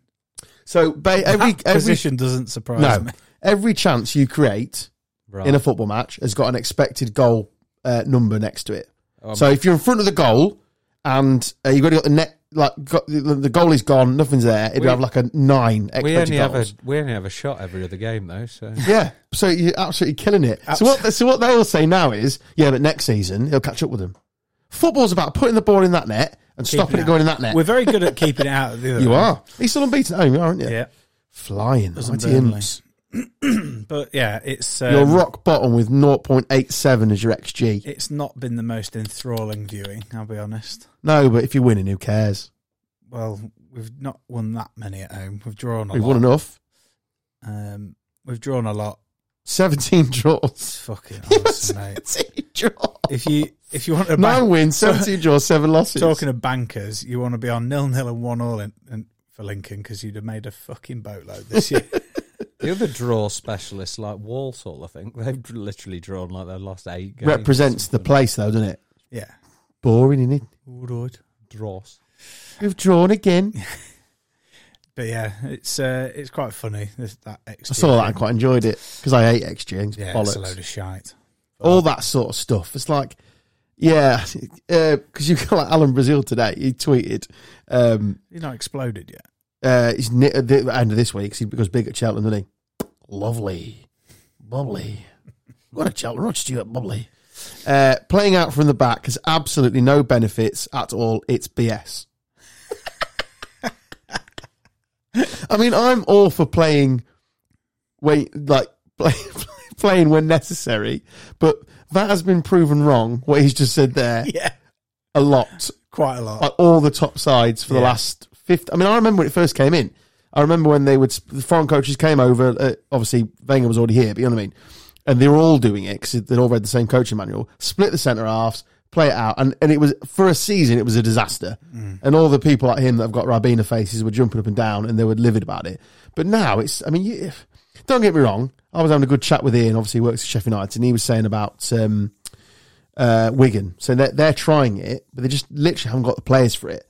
[SPEAKER 1] So ba- every
[SPEAKER 2] that
[SPEAKER 1] every
[SPEAKER 2] position doesn't surprise
[SPEAKER 1] no
[SPEAKER 2] me.
[SPEAKER 1] every chance you create
[SPEAKER 3] Right.
[SPEAKER 1] in a football match has got an expected goal uh, number next to it.
[SPEAKER 3] Um,
[SPEAKER 1] so if you're in front of the goal and uh, you've already got the net, like got, the, the goal is gone, nothing's there. It'd
[SPEAKER 3] We-
[SPEAKER 1] have like a nine expected
[SPEAKER 3] we only
[SPEAKER 1] goals.
[SPEAKER 3] have a we only have a shot every other game though. So
[SPEAKER 1] Yeah, so you're absolutely killing it. So what? So what they'll say now is, yeah, but next season he'll catch up with them. Football's about putting the ball in that net and stopping it,
[SPEAKER 2] out.
[SPEAKER 1] going in that net.
[SPEAKER 2] We're very good at keeping it out of the other.
[SPEAKER 1] you
[SPEAKER 2] end.
[SPEAKER 1] are. He's still unbeaten at home, aren't you?
[SPEAKER 2] Yeah.
[SPEAKER 1] Flying.
[SPEAKER 2] Doesn't
[SPEAKER 1] mighty
[SPEAKER 2] Burnley.
[SPEAKER 1] imps.
[SPEAKER 2] But yeah, it's um,
[SPEAKER 1] You're rock bottom with 0.87 as your XG.
[SPEAKER 2] it's not been the most enthralling viewing, I'll be honest.
[SPEAKER 1] No, but if you're winning, who cares?
[SPEAKER 2] Well, we've not won that many at home. We've drawn a
[SPEAKER 1] We've
[SPEAKER 2] lot.
[SPEAKER 1] won enough.
[SPEAKER 2] Um, we've drawn a lot.
[SPEAKER 1] 17 draws.
[SPEAKER 2] It's fucking awesome, mate.
[SPEAKER 1] 17 draws.
[SPEAKER 2] If you if you want to
[SPEAKER 1] Nine
[SPEAKER 2] bank,
[SPEAKER 1] wins, 17 draws, 7 losses.
[SPEAKER 2] talking of bankers, you want to be on nil nil and one all in, in, for Lincoln because you'd have made a fucking boatload this year.
[SPEAKER 3] the other draw specialists, like Walsall, I think they've dr- literally drawn like their last eight games.
[SPEAKER 1] Represents the place, though, doesn't it?
[SPEAKER 2] yeah,
[SPEAKER 1] Boring, isn't it?
[SPEAKER 2] Woodward.
[SPEAKER 3] draws.
[SPEAKER 1] We've drawn again.
[SPEAKER 2] But yeah, it's uh, it's quite funny. This, that XG
[SPEAKER 1] I saw that
[SPEAKER 2] thing.
[SPEAKER 1] and quite enjoyed it because I hate XG. and
[SPEAKER 2] Yeah,
[SPEAKER 1] bollocks.
[SPEAKER 2] it's a load of shite.
[SPEAKER 1] all that sort of stuff. It's like, yeah, because you got like Alan Brazil today. He tweeted, um,
[SPEAKER 2] You're not exploded yet.
[SPEAKER 1] uh, he's ni- at the end of this week 'cause he goes big at Cheltenham, doesn't he? Lovely, bubbly. What a Cheltenham, Rod Stewart, bubbly. Uh, playing out from the back has absolutely no benefits at all. It's BS. I mean, I'm all for playing when like play, playing when necessary, but that has been proven wrong. What he's just said there
[SPEAKER 2] Yeah,
[SPEAKER 1] a lot,
[SPEAKER 2] quite a lot.
[SPEAKER 1] like all the top sides for the
[SPEAKER 2] Yeah.
[SPEAKER 1] last fifth. I mean, I remember when it first came in. I remember when they would sp- the foreign coaches came over. Uh, obviously, Wenger was already here, but you know what I mean. And they were all doing it because they'd all read the same coaching manual. Split the centre halves, play it out, and, and it was for a season. It was a disaster, and all the people like him that have got Rabina faces were jumping up and down, and they were livid about it. But now it's. I mean, you, don't get me wrong. I was having a good chat with Ian. Obviously, he works at Sheffield United, and he was saying about. Um, uh, Wigan, so they're, they're trying it, but they just literally haven't got the players for it.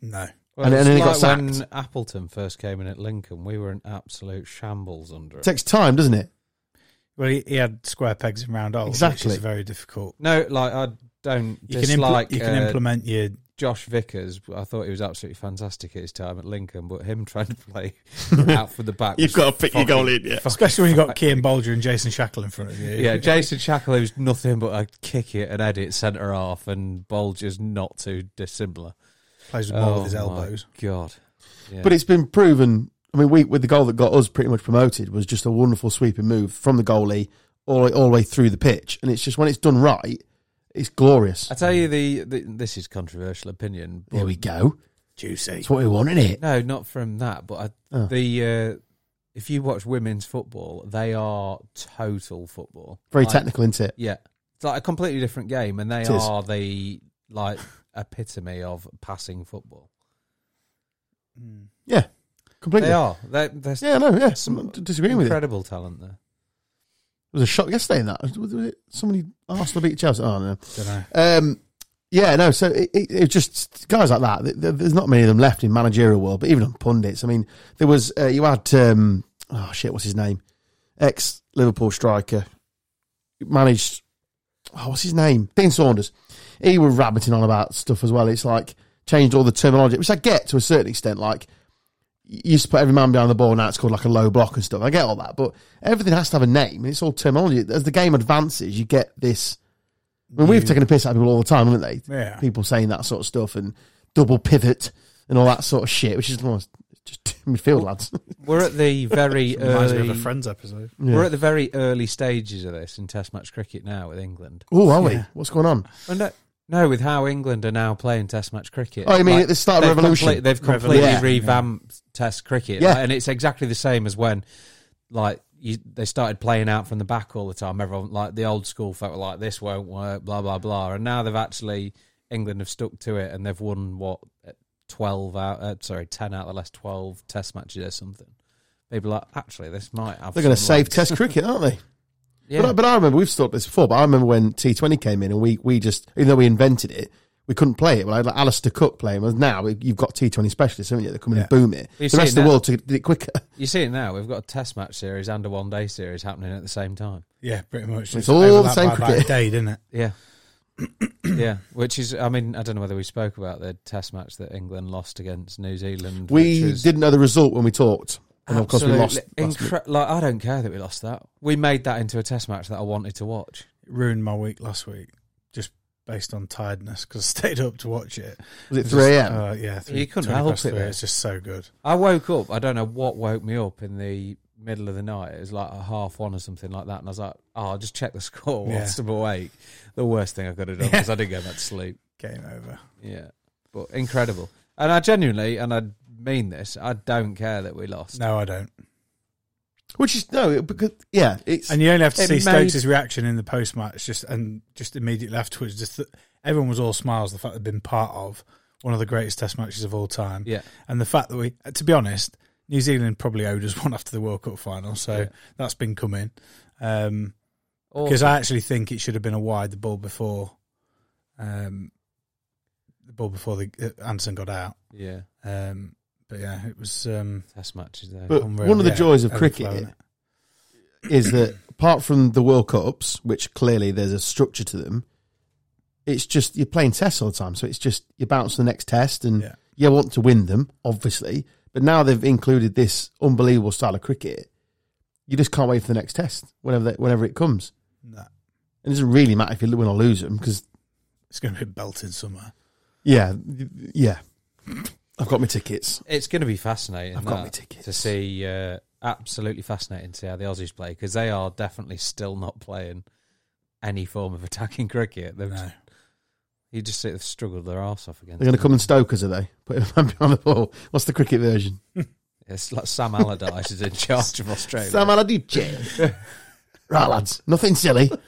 [SPEAKER 2] no,
[SPEAKER 3] Well,
[SPEAKER 1] And- and
[SPEAKER 3] it's
[SPEAKER 1] then he
[SPEAKER 3] like
[SPEAKER 1] got
[SPEAKER 3] when Appleton first came in at Lincoln, we were an absolute shambles under it.
[SPEAKER 1] takes time, doesn't it?
[SPEAKER 2] well, he, he had square pegs and round holes. which
[SPEAKER 1] Exactly.
[SPEAKER 2] is very difficult.
[SPEAKER 3] No, like I don't
[SPEAKER 2] You
[SPEAKER 3] dislike.
[SPEAKER 2] can impl- you can
[SPEAKER 3] uh,
[SPEAKER 2] implement your
[SPEAKER 3] Josh Vickers. I thought he was absolutely fantastic at his time at Lincoln, but him trying to play out from the back. was
[SPEAKER 1] got to pick
[SPEAKER 3] your goal
[SPEAKER 1] in, yeah.
[SPEAKER 2] Especially when you've got Kean Bolger and Jason Shackle in front of you.
[SPEAKER 3] Yeah, Jason Shackle, who's nothing but a kick it and edit centre half, and Bulger's not too dissimilar.
[SPEAKER 2] plays with more
[SPEAKER 3] Oh,
[SPEAKER 2] with his
[SPEAKER 3] my
[SPEAKER 2] elbows.
[SPEAKER 3] God. Yeah.
[SPEAKER 1] But it's been proven. I mean, we with the goal that got us pretty much promoted was just a wonderful sweeping move from the goalie all all the way through the pitch, and it's just when it's done right, it's glorious.
[SPEAKER 3] I tell you, the, the this is controversial opinion. But
[SPEAKER 1] There we go.
[SPEAKER 2] Juicy.
[SPEAKER 1] It's what we want, is it?
[SPEAKER 3] No, not from that. But I,
[SPEAKER 1] Oh.
[SPEAKER 3] the uh, if you watch women's football, they are total football.
[SPEAKER 1] Very
[SPEAKER 3] Like,
[SPEAKER 1] technical, isn't it?
[SPEAKER 3] Yeah, it's like a completely different game, and they
[SPEAKER 1] It is.
[SPEAKER 3] are the like epitome of passing football.
[SPEAKER 2] Hmm.
[SPEAKER 1] Completely.
[SPEAKER 3] They are. They're, they're
[SPEAKER 1] Yeah, no, yeah.
[SPEAKER 3] Some-
[SPEAKER 1] I'm disagreeing with it. There
[SPEAKER 3] incredible talent there.
[SPEAKER 1] was a shot yesterday in that. Was- was it Somebody Arsenal beat Chelsea. Oh no.
[SPEAKER 2] Don't know.
[SPEAKER 1] Um, yeah, no. So it, it, it just guys like that. th- th- There's not many of them left in managerial world, but even on pundits. I mean, there was uh, you had um, oh shit, what's his name? Ex Liverpool striker managed. Oh, what's his name? Dean Saunders. he were rabbiting on about stuff as well. It's like changed all the terminology, which I get to a certain extent. Like you used to put every man behind the ball, now it's called like a low block and stuff. I get all that, but everything has to have a name. It's all terminology. As the game advances, you get this. I mean, we've
[SPEAKER 2] You-
[SPEAKER 1] taken a piss out of people all the time, haven't they?
[SPEAKER 2] Yeah.
[SPEAKER 1] people saying that sort of stuff and double pivot and all that sort of shit, which is almost just midfield lads.
[SPEAKER 3] We're at the very
[SPEAKER 2] Reminds me
[SPEAKER 3] early.
[SPEAKER 2] of a Friends episode.
[SPEAKER 3] We're at the very early stages of this in Test match cricket now with England.
[SPEAKER 1] Oh, are we?
[SPEAKER 2] Yeah.
[SPEAKER 1] What's going on?
[SPEAKER 3] Oh, no, no, with how England are now playing Test match cricket.
[SPEAKER 1] Oh, you mean
[SPEAKER 3] Like,
[SPEAKER 1] at the start of
[SPEAKER 3] they've
[SPEAKER 1] revolution?
[SPEAKER 3] complete- they've completely
[SPEAKER 1] Revolution, yeah.
[SPEAKER 3] revamped Test cricket,
[SPEAKER 1] Yeah.
[SPEAKER 3] like, and it's exactly the same as when, like, you, they started playing out from the back all the time. Everyone like the old school folk were like, "This won't work," blah blah blah, and now they've actually England have stuck to it and they've won what twelve out, uh, sorry, ten out of the last twelve Test matches or something. People are like, actually, this might have.
[SPEAKER 1] They're going to
[SPEAKER 3] some
[SPEAKER 1] save
[SPEAKER 3] legs."
[SPEAKER 1] Test cricket, aren't they?
[SPEAKER 3] Yeah.
[SPEAKER 1] But, I- but I remember we've talked this before. But I remember when T Twenty came in and we we just even though we invented it, we couldn't play it. Well, I had like Alistair Cook playing. Well, now you've got T Twenty specialists, haven't you? They come in and
[SPEAKER 2] Yeah.
[SPEAKER 1] boom it.
[SPEAKER 3] We've
[SPEAKER 1] the
[SPEAKER 3] seen
[SPEAKER 1] rest of the
[SPEAKER 3] that.
[SPEAKER 1] world took- did it quicker.
[SPEAKER 3] You see it now. We've got a test match series and a one day series happening at the same time.
[SPEAKER 2] Yeah, pretty much. Just
[SPEAKER 1] all
[SPEAKER 2] overlap
[SPEAKER 1] the same
[SPEAKER 2] by about
[SPEAKER 1] cricket.
[SPEAKER 2] a day, didn't it?
[SPEAKER 3] Yeah. yeah. Which is, I mean, I don't know whether we spoke about the test match that England lost against New Zealand.
[SPEAKER 1] We
[SPEAKER 3] which was
[SPEAKER 1] didn't know the result when we talked, and of course we lost.
[SPEAKER 3] absolutely
[SPEAKER 1] last week.
[SPEAKER 3] incre- like, I don't care that we lost that. We made that into a test match that I wanted to watch.
[SPEAKER 2] It ruined my week last week just based on tiredness because I stayed up to watch it.
[SPEAKER 1] Was it
[SPEAKER 2] Just,
[SPEAKER 1] three a.m.?
[SPEAKER 2] Uh, yeah, three,
[SPEAKER 3] You couldn't
[SPEAKER 2] 20
[SPEAKER 3] help
[SPEAKER 2] past
[SPEAKER 3] it,
[SPEAKER 2] three.
[SPEAKER 3] though.
[SPEAKER 2] It's just so good.
[SPEAKER 3] I woke up. I don't know what woke me up in the middle of the night. It was like a half one or something like that. And I was like, oh, I'll just check the score
[SPEAKER 2] Yeah.
[SPEAKER 3] whilst I'm awake. The worst thing I could have done because I didn't go back to sleep.
[SPEAKER 2] Game over.
[SPEAKER 3] Yeah, but incredible. And I genuinely, and I mean this, I don't care that we lost.
[SPEAKER 2] No, I don't.
[SPEAKER 1] Which is no, because yeah, it's
[SPEAKER 2] And you only have to
[SPEAKER 3] It
[SPEAKER 2] see
[SPEAKER 3] made-
[SPEAKER 2] Stokes' reaction in the post match, just and just immediately afterwards. Just that everyone was all smiles. The fact they've been part of one of the greatest Test matches of all time,
[SPEAKER 3] Yeah,
[SPEAKER 2] and the fact that we, to be honest, New Zealand probably owed us one after the World Cup final, so
[SPEAKER 3] Yeah.
[SPEAKER 2] that's been coming. Because
[SPEAKER 3] Or-
[SPEAKER 2] I actually think it should have been a wide the ball before, um, the ball before the uh, Anderson got out.
[SPEAKER 3] yeah,
[SPEAKER 2] Um, but yeah, it was. Um,
[SPEAKER 3] test matches there.
[SPEAKER 1] But
[SPEAKER 2] unreal.
[SPEAKER 1] one of the
[SPEAKER 2] Yeah,
[SPEAKER 1] joys of
[SPEAKER 2] overflowing
[SPEAKER 1] cricket
[SPEAKER 2] it.
[SPEAKER 1] is that apart from the World Cups, which clearly there's a structure to them, it's just you're playing tests all the time. So it's just you bounce to the next test and
[SPEAKER 2] Yeah.
[SPEAKER 1] you want to win them, obviously. But now they've included this unbelievable style of cricket. You just can't wait for the next test whenever they, whenever it comes.
[SPEAKER 2] Nah,
[SPEAKER 1] And it doesn't really matter if you win or lose them because
[SPEAKER 2] it's going to be belted somewhere.
[SPEAKER 1] yeah, yeah. I've got my tickets.
[SPEAKER 3] it's going to be fascinating.
[SPEAKER 1] I've got my
[SPEAKER 3] that,
[SPEAKER 1] tickets.
[SPEAKER 3] to see. Uh, absolutely fascinating to see how the Aussies play because they are definitely still not playing any form of attacking cricket. They've
[SPEAKER 2] No.
[SPEAKER 3] you just see they've struggled their arse off against.
[SPEAKER 1] They're going to
[SPEAKER 3] it.
[SPEAKER 1] come and Stokers, are they? Put him behind the ball. What's the cricket version?
[SPEAKER 3] It's like Sam Allardyce is in charge of Australia.
[SPEAKER 1] Sam Allardyce. right, lads. Nothing silly.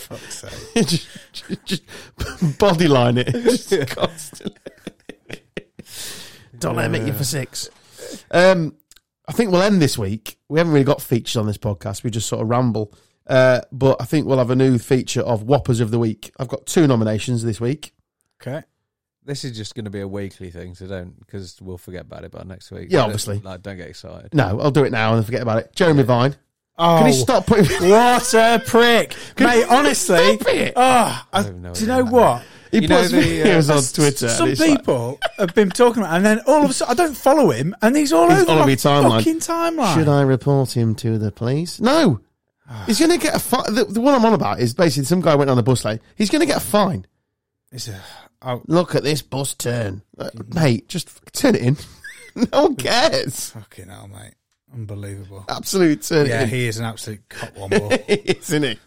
[SPEAKER 2] Fuck's sake.
[SPEAKER 1] just, just, just body line it. Just constantly. Don't let him hit you for six.
[SPEAKER 2] Uh.
[SPEAKER 1] Um, I think we'll end this week. We haven't really got features on this podcast. We just sort of ramble. Uh, but I think we'll have a new feature of Whoppers of the Week. I've got two nominations this week.
[SPEAKER 2] Okay.
[SPEAKER 3] This is just going to be a weekly thing, so don't because we'll forget about it by next week.
[SPEAKER 1] Yeah,
[SPEAKER 3] Don't-
[SPEAKER 1] obviously.
[SPEAKER 3] Like, don't get excited.
[SPEAKER 1] No, I'll do it now and forget about it. Jeremy Vine.
[SPEAKER 2] Oh,
[SPEAKER 1] Can you stop putting.
[SPEAKER 2] What a prick, mate! Honestly,
[SPEAKER 1] Stop it.
[SPEAKER 2] oh, I,
[SPEAKER 3] don't know
[SPEAKER 2] do you
[SPEAKER 3] what
[SPEAKER 2] know
[SPEAKER 3] that
[SPEAKER 2] what?
[SPEAKER 1] He
[SPEAKER 3] You know
[SPEAKER 1] puts
[SPEAKER 3] the, uh,
[SPEAKER 1] videos on Twitter. and
[SPEAKER 2] Some
[SPEAKER 1] it's like-
[SPEAKER 2] people have been talking about, and then all of a sudden, I don't follow him, and he's all
[SPEAKER 1] He's
[SPEAKER 2] over
[SPEAKER 1] all
[SPEAKER 2] my
[SPEAKER 1] over your timeline.
[SPEAKER 2] fucking timeline.
[SPEAKER 1] Should I report him to the police? No. He's going to get a fine. The, the one I'm on about is basically some guy went on the bus lane. He's going to get a fine.
[SPEAKER 2] It's a- oh,
[SPEAKER 1] Look at this bus turn. Uh, mate, just f- turn it in. no one cares.
[SPEAKER 2] fucking hell, mate! Unbelievable.
[SPEAKER 1] Absolute turn
[SPEAKER 2] Yeah,
[SPEAKER 1] it in.
[SPEAKER 2] he is an absolute cotwomble.
[SPEAKER 1] Isn't it?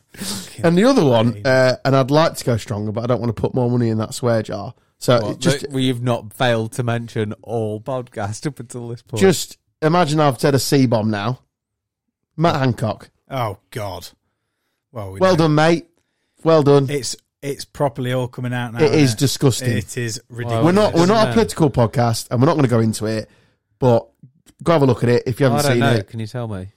[SPEAKER 1] And the other one, uh, and I'd like to go stronger, but I don't want to put more money in that swear jar. So
[SPEAKER 3] Well,
[SPEAKER 1] it just,
[SPEAKER 3] look, we've not failed to mention all podcasts up until this point.
[SPEAKER 1] just imagine I've said a C bomb now. Matt Hancock.
[SPEAKER 2] oh God. Well, we
[SPEAKER 1] Well
[SPEAKER 2] know.
[SPEAKER 1] done, mate. Well done.
[SPEAKER 2] It's it's properly all coming out now.
[SPEAKER 1] it is
[SPEAKER 2] isn't
[SPEAKER 1] disgusting.
[SPEAKER 2] It is ridiculous.
[SPEAKER 1] we're not we're
[SPEAKER 3] Doesn't
[SPEAKER 1] not a
[SPEAKER 3] matter.
[SPEAKER 1] political podcast, and we're not going to go into it. But go have a look at it if you
[SPEAKER 3] I
[SPEAKER 1] haven't
[SPEAKER 3] don't
[SPEAKER 1] seen
[SPEAKER 3] know.
[SPEAKER 1] it.
[SPEAKER 3] Can you tell me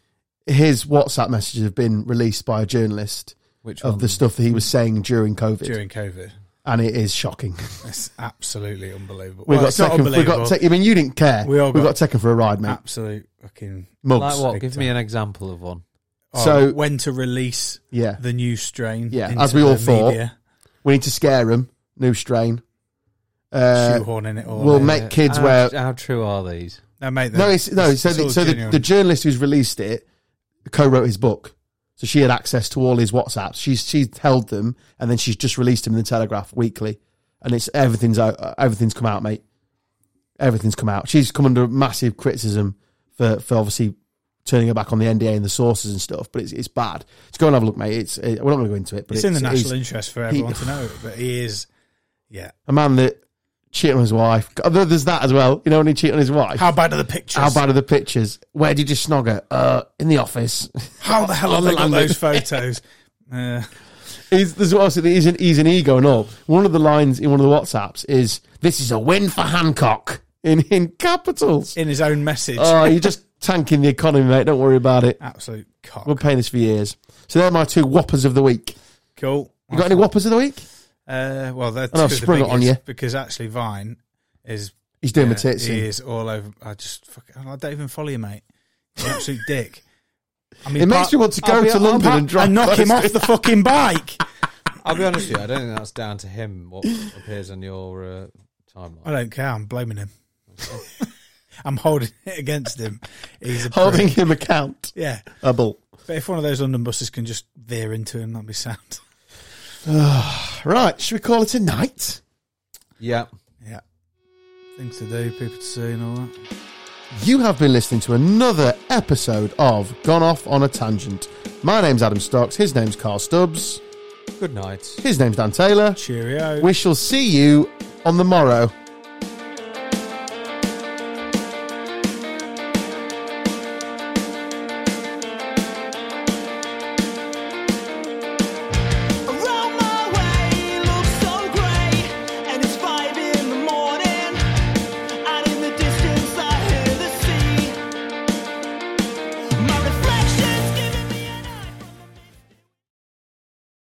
[SPEAKER 1] His WhatsApp messages have been released by a journalist
[SPEAKER 3] which
[SPEAKER 1] of
[SPEAKER 3] one?
[SPEAKER 1] the stuff that he was saying during COVID,
[SPEAKER 2] during COVID.
[SPEAKER 1] and it is shocking.
[SPEAKER 2] It's absolutely unbelievable.
[SPEAKER 1] We
[SPEAKER 2] Well,
[SPEAKER 1] got
[SPEAKER 2] it's not
[SPEAKER 1] taken. We got.
[SPEAKER 2] unbelievable.
[SPEAKER 1] Ta- I mean, you didn't care.
[SPEAKER 2] We all
[SPEAKER 1] got,
[SPEAKER 2] got-
[SPEAKER 1] taken for a ride, mate.
[SPEAKER 2] absolute fucking.
[SPEAKER 1] Mugs.
[SPEAKER 3] like what?
[SPEAKER 2] big
[SPEAKER 3] Give me an example of one.
[SPEAKER 2] Oh,
[SPEAKER 1] So-
[SPEAKER 2] when to release
[SPEAKER 1] Yeah.
[SPEAKER 2] the new strain?
[SPEAKER 1] Yeah,
[SPEAKER 2] into
[SPEAKER 1] as we all
[SPEAKER 2] the
[SPEAKER 1] thought.
[SPEAKER 2] media.
[SPEAKER 1] We need to scare them. New strain. Uh,
[SPEAKER 2] shoehorning it all.
[SPEAKER 1] we'll
[SPEAKER 2] in.
[SPEAKER 1] make kids
[SPEAKER 3] how,
[SPEAKER 1] wear.
[SPEAKER 3] How true are these?
[SPEAKER 2] no, mate,
[SPEAKER 1] No, it's, no. so
[SPEAKER 2] all
[SPEAKER 1] the, so the,
[SPEAKER 2] genuine.
[SPEAKER 1] the journalist who's released it co-wrote his book, so she had access to all his WhatsApps. She's she's held them, and then she's just released them in the Telegraph weekly, and it's everything's out, everything's come out, mate. Everything's come out. She's come under massive criticism for for obviously turning her back on the NDA and the sources and stuff, but it's it's bad. Let's go and have a look, mate. It's uh we're not going to go into it, but
[SPEAKER 2] it's,
[SPEAKER 1] it's,
[SPEAKER 2] in the
[SPEAKER 1] it is
[SPEAKER 2] national interest for everyone to know, but he is, yeah.
[SPEAKER 1] a man that cheated on his wife. There- There's that as well. You know when he cheated on his wife.
[SPEAKER 2] How bad are the pictures?
[SPEAKER 1] How bad are the pictures? Where did you snog her? Uh, in the office.
[SPEAKER 2] How the hell are they got
[SPEAKER 1] Landed.
[SPEAKER 2] those photos? Uh,
[SPEAKER 1] he's, there's also he's an, he's an ego and all. One of the lines in one of the WhatsApps is, "This is a win for Hancock" in in capitals.
[SPEAKER 2] in his own message,
[SPEAKER 1] Oh, you're just tanking the economy, mate. Don't worry about it.
[SPEAKER 2] absolute cock.
[SPEAKER 1] We're paying this for years. So they're my two whoppers of the week.
[SPEAKER 2] cool.
[SPEAKER 1] You got any whoppers of the week?
[SPEAKER 2] Uh, well, that's
[SPEAKER 1] And I've sprung it on you.
[SPEAKER 2] because actually Vine is
[SPEAKER 1] He's doing my
[SPEAKER 2] yeah,
[SPEAKER 1] tits.
[SPEAKER 2] He
[SPEAKER 1] in.
[SPEAKER 2] is all over. I just fuck, I don't even follow you, mate. You're an absolute dick. I mean,
[SPEAKER 1] It makes
[SPEAKER 2] Pat-
[SPEAKER 1] me want to go
[SPEAKER 3] I'll be-
[SPEAKER 1] to London
[SPEAKER 2] Pat-
[SPEAKER 1] and drop
[SPEAKER 2] and knock him
[SPEAKER 1] those.
[SPEAKER 2] off the fucking bike.
[SPEAKER 3] I'll be honest with you. I don't think that's down to him. What appears on your uh, timeline?
[SPEAKER 2] I don't care. I'm blaming him. I'm holding it against him. He's a prick.
[SPEAKER 1] Holding him accountable.
[SPEAKER 2] Yeah, but if one of those London buses can just veer into him, that'd be sound.
[SPEAKER 1] Right, should we call it a night?
[SPEAKER 3] Yeah.
[SPEAKER 2] Yeah, things to do, people to see, and all that.
[SPEAKER 1] You have been listening to another episode of Gone Off on a Tangent. My name's Adam Stocks, his name's Carl Stubbs,
[SPEAKER 3] Good night.
[SPEAKER 1] his name's Dan Taylor.
[SPEAKER 2] Cheerio.
[SPEAKER 1] We shall see you on the morrow.